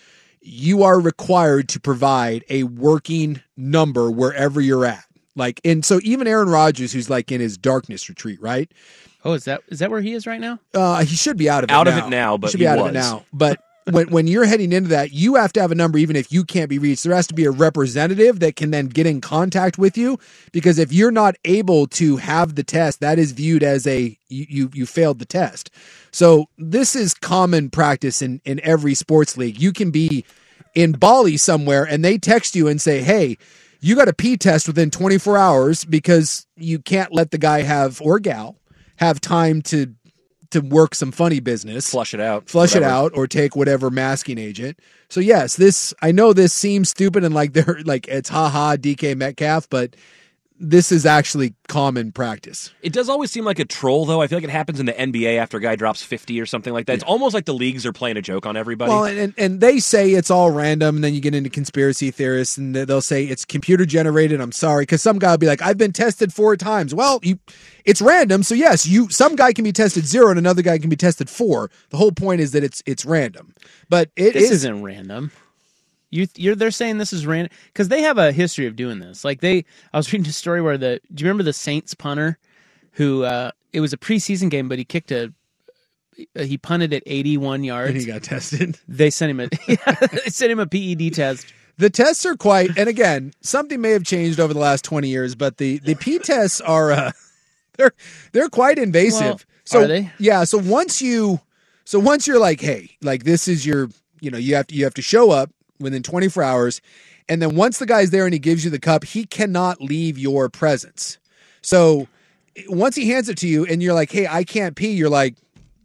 Speaker 8: You are required to provide a working number wherever you're at. Like, and so even Aaron Rodgers, who's like in his darkness retreat, right?
Speaker 7: Oh, is that is that where he is right now?
Speaker 8: Uh, he should be out of it
Speaker 9: Out
Speaker 8: now.
Speaker 9: of it now, but
Speaker 8: should be
Speaker 9: he
Speaker 8: out of it
Speaker 9: was.
Speaker 8: now. But when when you're heading into that, you have to have a number, even if you can't be reached. There has to be a representative that can then get in contact with you, because if you're not able to have the test, that is viewed as a you you, you failed the test. So this is common practice in in every sports league. You can be in Bali somewhere, and they text you and say, "Hey." You got a pee test within 24 hours because you can't let the guy have or gal have time to to work some funny business,
Speaker 9: flush it out,
Speaker 8: flush it
Speaker 9: whatever.
Speaker 8: out, or take whatever masking agent. So yes, this I know this seems stupid and like they're like it's haha DK Metcalf, but this is actually common practice.
Speaker 9: It does always seem like a troll, though. I feel like it happens in the NBA after a guy drops 50 or something like that. It's almost like the leagues are playing a joke on everybody.
Speaker 8: Well, and, and they say it's all random, and then you get into conspiracy theorists, and they'll say it's computer generated. I'm sorry, because some guy will be like, "I've been tested four times." Well, you, it's random, so yes, you some guy can be tested zero, and another guy can be tested four. The whole point is that it's it's random, but it
Speaker 7: this
Speaker 8: is-
Speaker 7: is, not random. You you're they're saying this is random because they have a history of doing this. Like they, I was reading a story where the do you remember the Saints punter who uh it was a preseason game, but he kicked a uh, he punted at 81 yards
Speaker 8: And he got tested.
Speaker 7: They sent him a they sent him a PED test.
Speaker 8: The tests are quite, and again, something may have changed over the last twenty years, but the the P tests are uh, they're they're quite invasive.
Speaker 7: Well,
Speaker 8: so
Speaker 7: are they?
Speaker 8: yeah, so once you so once you're like, hey, like this is your you know you have to you have to show up within twenty four hours, and then once the guy's there and he gives you the cup, he cannot leave your presence. So once he hands it to you, and you're like, hey, I can't pee, you're like,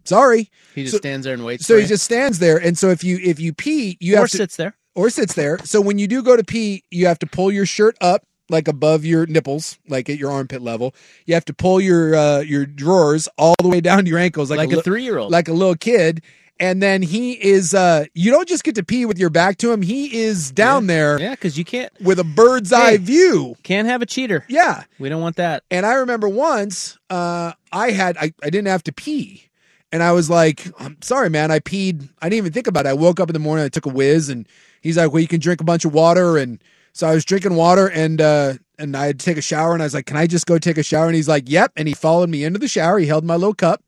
Speaker 8: sorry.
Speaker 7: He just
Speaker 8: So-
Speaker 7: stands there and waits.
Speaker 8: so
Speaker 7: for
Speaker 8: he
Speaker 7: you.
Speaker 8: just stands there, and so if you if you pee, you
Speaker 7: Or
Speaker 8: have to,
Speaker 7: sits there.
Speaker 8: or sits there. So when you do go to pee, you have to pull your shirt up like above your nipples, like at your armpit level. You have to pull your uh, your drawers all the way down to your ankles, like,
Speaker 7: Like a
Speaker 8: li-
Speaker 7: three-year-old.
Speaker 8: like a little kid. and then he is uh you don't just get to pee with your back to him he is down there
Speaker 7: yeah because you can't
Speaker 8: with a bird's eye view
Speaker 7: can't have a cheater
Speaker 8: yeah
Speaker 7: we don't want that
Speaker 8: and i remember once uh i had i, I didn't have to pee and i was like i'm sorry man i peed i didn't even think about it i woke up in the morning i took a whiz and he's like well you can drink a bunch of water and so i was drinking water and uh and i had to take a shower and i was like can i just go take a shower and he's like yep and he followed me into the shower he held my little cup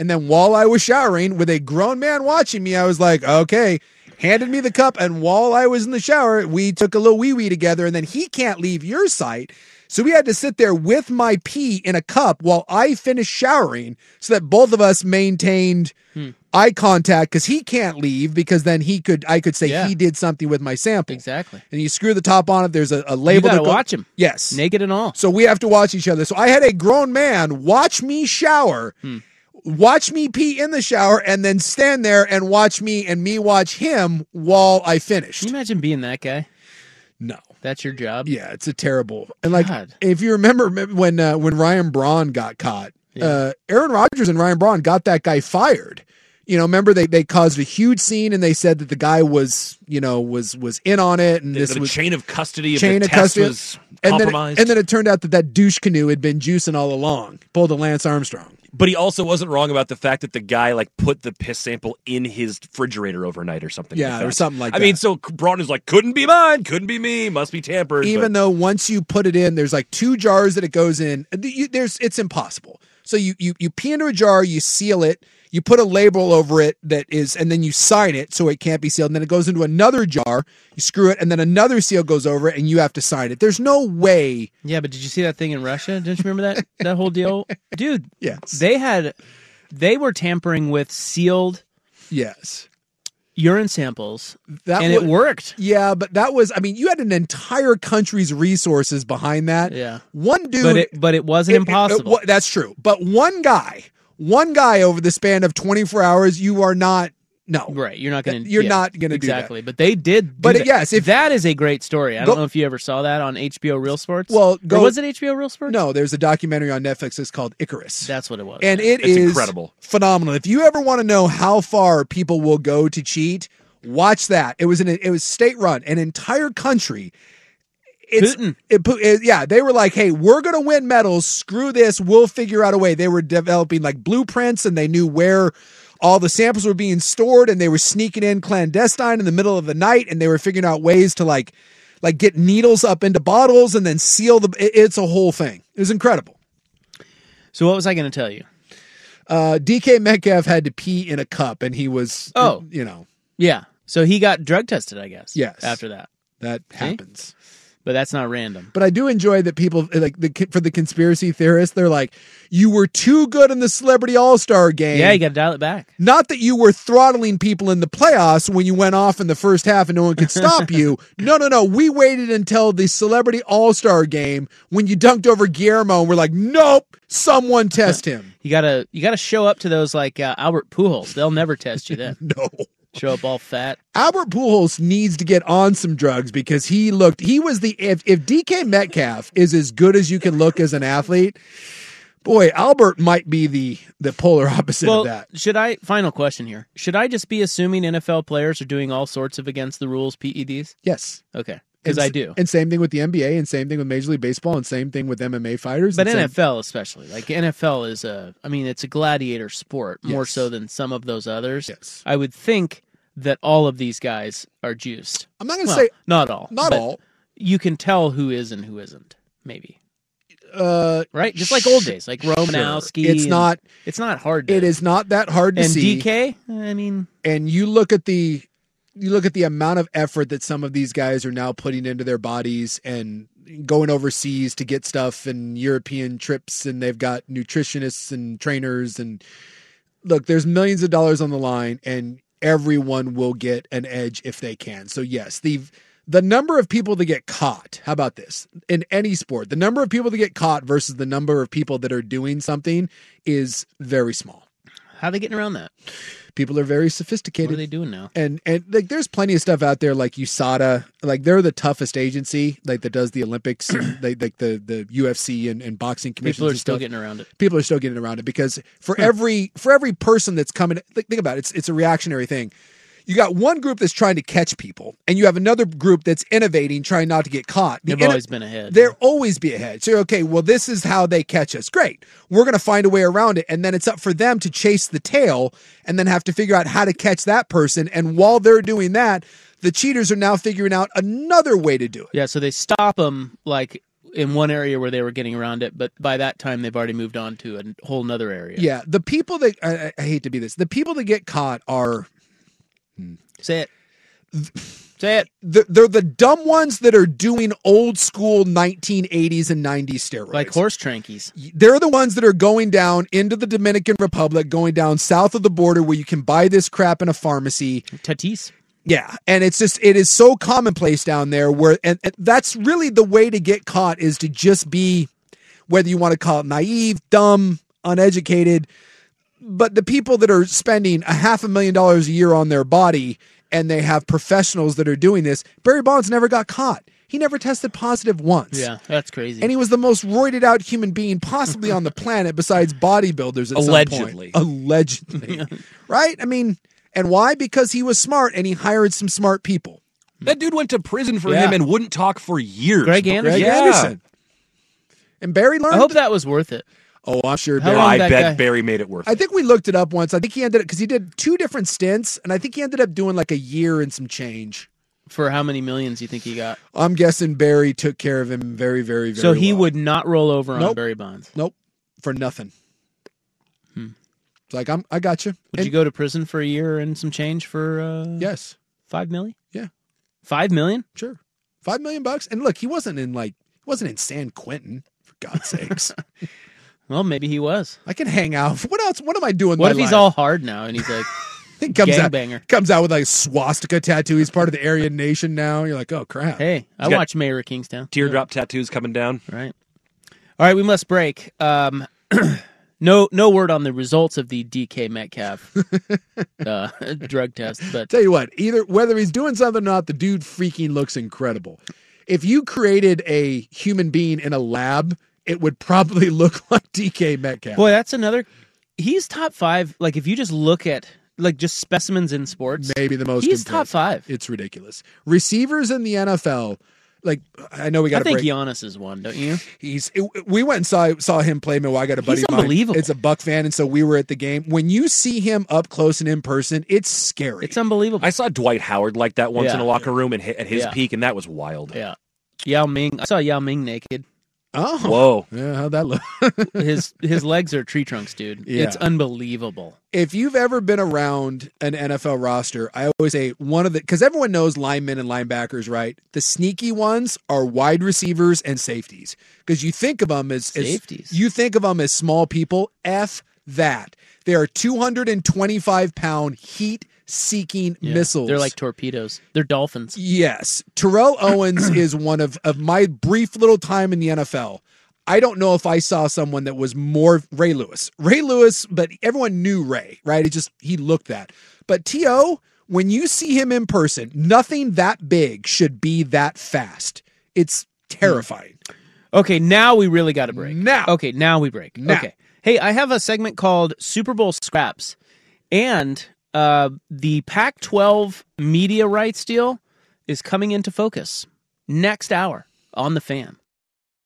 Speaker 8: and then while I was showering with a grown man watching me, I was like, okay, handed me the cup. And while I was in the shower, we took a little wee wee together. And then he can't leave your sight. So we had to sit there with my pee in a cup while I finished showering so that both of us maintained
Speaker 7: Hmm.
Speaker 8: eye contact because he can't leave because then he could, I could say
Speaker 7: Yeah.
Speaker 8: he did something with my sample.
Speaker 7: exactly
Speaker 8: And you screw the top on it. There's a, a label
Speaker 7: you
Speaker 8: to
Speaker 7: gotta watch him
Speaker 8: Yes.
Speaker 7: naked and all
Speaker 8: So we have to watch each other. So I had a grown man watch me shower
Speaker 7: Hmm.
Speaker 8: watch me pee in the shower and then stand there and watch me and me watch him while I finished.
Speaker 7: Can you imagine being that guy?
Speaker 8: No.
Speaker 7: That's your job?
Speaker 8: Yeah, it's a terrible. And like if you remember me- when uh, when Ryan Braun got caught, uh, Aaron Rodgers and Ryan Braun got that guy fired. You know, remember they, they caused a huge scene and they said that the guy was, you know, was was in on it and
Speaker 9: The,
Speaker 8: this
Speaker 9: the
Speaker 8: was
Speaker 9: chain of custody of
Speaker 8: chain
Speaker 9: the
Speaker 8: of
Speaker 9: test
Speaker 8: custody
Speaker 9: was
Speaker 8: and then,
Speaker 9: compromised.
Speaker 8: and then it turned out that that douche canoe had been juicing all along, pulled a Lance Armstrong.
Speaker 9: but he also wasn't wrong about the fact that the guy like put the piss sample in his refrigerator overnight or something.
Speaker 8: Yeah,
Speaker 9: like that.
Speaker 8: or something like
Speaker 9: I
Speaker 8: that.
Speaker 9: mean, so Braun is like, couldn't be mine, couldn't be me, must be tampered.
Speaker 8: even though once you put it in, there's like two jars that it goes in. Uh, You, there's it's impossible. So you you you pee into a jar, you seal it, you put a label over it that is, and then you sign it so it can't be sealed. And then it goes into another jar, you screw it, and then another seal goes over it, and you have to sign it. There's no way.
Speaker 7: Yeah, but did you see that thing in Russia? Don't you remember that that whole deal, dude?
Speaker 8: Yes.
Speaker 7: They had, they were tampering with sealed
Speaker 8: Yes.
Speaker 7: urine samples,
Speaker 8: That
Speaker 7: and it
Speaker 8: would-
Speaker 7: worked.
Speaker 8: Yeah, but that was. I mean, you had an entire country's resources behind that.
Speaker 7: Yeah.
Speaker 8: One dude.
Speaker 7: but it but it wasn't
Speaker 8: It- uh, it- it
Speaker 7: impossible.
Speaker 8: wa- that's true. But one guy, one guy over the span of 24 hours, you are not. No.
Speaker 7: right, you're not going to.
Speaker 8: You're not gonna do that.
Speaker 7: exactly. But they did. do
Speaker 8: But
Speaker 7: that.
Speaker 8: yes, if-
Speaker 7: that is a great story. I
Speaker 8: Go-
Speaker 7: don't know if you ever saw that on HBO Real Sports.
Speaker 8: Well,
Speaker 7: Or
Speaker 8: go-
Speaker 7: was it HBO Real Sports?
Speaker 8: No, there's a documentary on Netflix that's called Icarus.
Speaker 7: That's what it was.
Speaker 8: and it is phenomenal. If you ever want to know how far people will go to cheat, watch that. It was an it was state run, an entire country. It's it, pu- it- yeah, they were like, "Hey, we're going to win medals. Screw this. We'll figure out a way." They were developing like blueprints and they knew where all the samples were being stored and they were sneaking in clandestine in the middle of the night and they were figuring out ways to like like get needles up into bottles and then seal the it- it's a whole thing. It was incredible.
Speaker 7: So what was I going to tell you?
Speaker 8: Uh, DK Metcalf had to pee in a cup, and he was
Speaker 7: Oh.
Speaker 8: you know
Speaker 7: Yeah. So he got drug tested, I guess.
Speaker 8: Yes.
Speaker 7: After that,
Speaker 8: that
Speaker 7: See?
Speaker 8: happens.
Speaker 7: but that's not random.
Speaker 8: But I do enjoy that people like the for the conspiracy theorists. They're like, you were too good in the Celebrity All Star game.
Speaker 7: Yeah, you got to dial it back.
Speaker 8: Not that you were throttling people in the playoffs when you went off in the first half and no one could stop you. No, no, no. We waited until the Celebrity All Star game when you dunked over Guillermo, and we're like, nope, someone test him.
Speaker 7: You gotta you gotta show up to those like uh, Albert Pujols. They'll never test you then.
Speaker 8: no.
Speaker 7: Show up all fat.
Speaker 8: Albert Pujols needs to get on some drugs because he looked. He was the if if DK Metcalf is as good as you can look as an athlete, boy, Albert might be the the polar opposite
Speaker 7: well,
Speaker 8: of that.
Speaker 7: should I? Final question here. Should I just be assuming NFL players are doing all sorts of against the rules PEDs?
Speaker 8: Yes,
Speaker 7: Okay, because
Speaker 8: And
Speaker 7: I
Speaker 8: s-
Speaker 7: do.
Speaker 8: And same thing with the NBA, and same thing with Major League Baseball, and same thing with MMA fighters.
Speaker 7: But
Speaker 8: and same-
Speaker 7: NFL especially, like NFL is a. I mean, it's a gladiator sport more so than some of those others. Yes, I would think that all of these guys are juiced.
Speaker 8: I'm not gonna
Speaker 7: Well,
Speaker 8: say-
Speaker 7: not all.
Speaker 8: not
Speaker 7: but
Speaker 8: all.
Speaker 7: You can tell who is and who isn't. Maybe
Speaker 8: uh,
Speaker 7: right, just like old
Speaker 8: sh-
Speaker 7: days, like
Speaker 8: sure.
Speaker 7: Romanowski.
Speaker 8: It's
Speaker 7: and-
Speaker 8: not.
Speaker 7: It's not hard. To,
Speaker 8: It is not that hard to
Speaker 7: and
Speaker 8: see.
Speaker 7: DK. I mean,
Speaker 8: and you look at the you look at the amount of effort that some of these guys are now putting into their bodies and going overseas to get stuff and European trips and they've got nutritionists and trainers and look there's millions of dollars on the line and everyone will get an edge if they can so yes the the number of people that get caught how about this in any sport the number of people that get caught versus the number of people that are doing something is very small
Speaker 7: how are they getting around that?
Speaker 8: people are very sophisticated.
Speaker 7: What are they doing now?
Speaker 8: and and like there's plenty of stuff out there like USADA, like they're the toughest agency like that does the Olympics, and they like the the UFC and, and boxing commissions.
Speaker 7: People are
Speaker 8: and
Speaker 7: still
Speaker 8: stuff.
Speaker 7: getting around it.
Speaker 8: People are still getting around it because for every for every person that's coming, like, think about it, it's it's a reactionary thing. You got one group that's trying to catch people, and you have another group that's innovating, trying not to get caught. The
Speaker 7: They've
Speaker 8: inno-
Speaker 7: always been ahead.
Speaker 8: They're always be ahead. So you're okay, well, this is how they catch us. Great. We're gonna find a way around it. And then it's up for them to chase the tail and then have to figure out how to catch that person. And while they're doing that, the cheaters are now figuring out another way to do it.
Speaker 7: Yeah, so they stop them like in one area where they were getting around it, but by that time they've already moved on to a whole nother area.
Speaker 8: Yeah. The people that I, I- I hate to be this, the people that get caught are
Speaker 7: Say it. Say it.
Speaker 8: the, they're the dumb ones that are doing old school 1980s and 90s steroids.
Speaker 7: Like horse trankies.
Speaker 8: they're the ones that are going down into the Dominican Republic, going down south of the border where you can buy this crap in a pharmacy.
Speaker 7: Tatis.
Speaker 8: Yeah, and it's just it is so commonplace down there where and, and that's really the way to get caught is to just be whether you want to call it naive, dumb, uneducated, but the people that are spending a half a million dollars a year on their body and they have professionals that are doing this, Barry Bonds never got caught. He never tested positive once.
Speaker 7: Yeah, that's crazy.
Speaker 8: And he was the most roided out human being possibly on the planet besides bodybuilders at
Speaker 7: Allegedly.
Speaker 8: some point. Allegedly. right? I mean, and why? Because he was smart and he hired some smart people.
Speaker 9: That dude went to prison for
Speaker 8: Yeah.
Speaker 9: him and wouldn't talk for years.
Speaker 8: Greg Anderson. Greg
Speaker 9: Yeah.
Speaker 8: Anderson. And Barry learned.
Speaker 7: I hope that was worth it.
Speaker 8: Oh, I'm sure
Speaker 7: How
Speaker 8: Barry-
Speaker 7: long
Speaker 9: I
Speaker 7: that
Speaker 9: bet
Speaker 7: guy-
Speaker 9: Barry made it worth
Speaker 8: I think we looked it up once. I think he ended up because he did two different stints, and I think he ended up doing like a year and some change.
Speaker 7: For how many millions you think he got?
Speaker 8: I'm guessing Barry took care of him very, very, very.
Speaker 7: so he
Speaker 8: well.
Speaker 7: would not roll over on
Speaker 8: Nope.
Speaker 7: Barry Bonds.
Speaker 8: Nope, for nothing. It's like I'm. I got you.
Speaker 7: Hmm. Would you go to prison for a year and some change for? Uh,
Speaker 8: yes,
Speaker 7: five million.
Speaker 8: Yeah,
Speaker 7: five million.
Speaker 8: Sure, five million bucks. And look, he wasn't in like he wasn't in San Quentin for God's sakes.
Speaker 7: Well, maybe he was.
Speaker 8: I can hang out. What else? What am I doing? with
Speaker 7: What
Speaker 8: my
Speaker 7: if he's
Speaker 8: life?
Speaker 7: all hard now and he's like,
Speaker 8: He comes out,
Speaker 7: gangbanger.
Speaker 8: comes out with like a swastika tattoo. He's part of the Aryan Nation now. You're like, oh crap.
Speaker 7: Hey, I
Speaker 9: He's got
Speaker 7: watch Mayor of Kingstown.
Speaker 9: it. Teardrop tattoos coming down.
Speaker 7: Right. All right, we must break. Um, no, no word on the results of the DK Metcalf uh, drug test, but
Speaker 8: Tell you what, either whether he's doing something or not, the dude freaking looks incredible. If you created a human being in a lab, it would probably look like DK Metcalf.
Speaker 7: boy, that's another. He's top five. Like if you just look at like just specimens in sports,
Speaker 8: maybe the most.
Speaker 7: He's top
Speaker 8: impressive.
Speaker 7: five.
Speaker 8: It's ridiculous. Receivers in the NFL, like I know we got.
Speaker 7: I think
Speaker 8: break.
Speaker 7: Giannis is one, don't you?
Speaker 8: He's. it- we went and saw saw him play Milwaukee. I got a buddy.
Speaker 7: He's
Speaker 8: of mine.
Speaker 7: unbelievable.
Speaker 8: It's a Buck fan, and so we were at the game. When you see him up close and in person, it's scary.
Speaker 7: It's unbelievable.
Speaker 9: I saw Dwight Howard like that once
Speaker 7: Yeah.
Speaker 9: in a locker room and hit at his
Speaker 7: Yeah.
Speaker 9: peak, and that was wild.
Speaker 7: Yeah, Yao Ming. I saw Yao Ming naked.
Speaker 8: oh,
Speaker 9: Whoa.
Speaker 8: yeah. How'd that look?
Speaker 7: His his legs are tree trunks, dude.
Speaker 8: Yeah.
Speaker 7: It's unbelievable.
Speaker 8: if you've ever been around an NFL roster, I always say one of the because everyone knows linemen and linebackers, right? The sneaky ones are wide receivers and safeties because you think of them as, as-
Speaker 7: Safeties.
Speaker 8: You think of them as small people. F that. They are 225 pound heat seeking
Speaker 7: Yeah.
Speaker 8: missiles.
Speaker 7: They're like torpedoes. They're dolphins.
Speaker 8: Yes. Terrell Owens is one of, of my brief little time in the NFL. I don't know if I saw someone that was more Ray Lewis. Ray Lewis, but everyone knew Ray, right? It just he looked that. But T.O., when you see him in person, nothing that big should be that fast. It's terrifying.
Speaker 7: Okay, now we really got to break.
Speaker 8: Now.
Speaker 7: Okay, now we break.
Speaker 8: Now.
Speaker 7: Okay. Hey, I have a segment called Super Bowl Scraps. And uh, the Pac 12 media rights deal is coming into focus next hour on The Fan.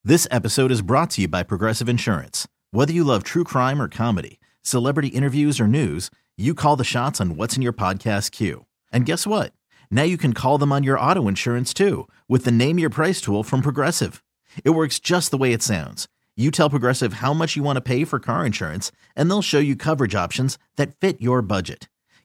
Speaker 12: This episode is brought to you by Progressive Insurance. Whether you love true crime or comedy, celebrity interviews or news, you call the shots on what's in your podcast queue. And guess what? Now you can call them on your auto insurance too with the Name Your Price tool from Progressive. It works just the way it sounds. You tell Progressive how much you want to pay for car insurance, and they'll show you coverage options that fit your budget.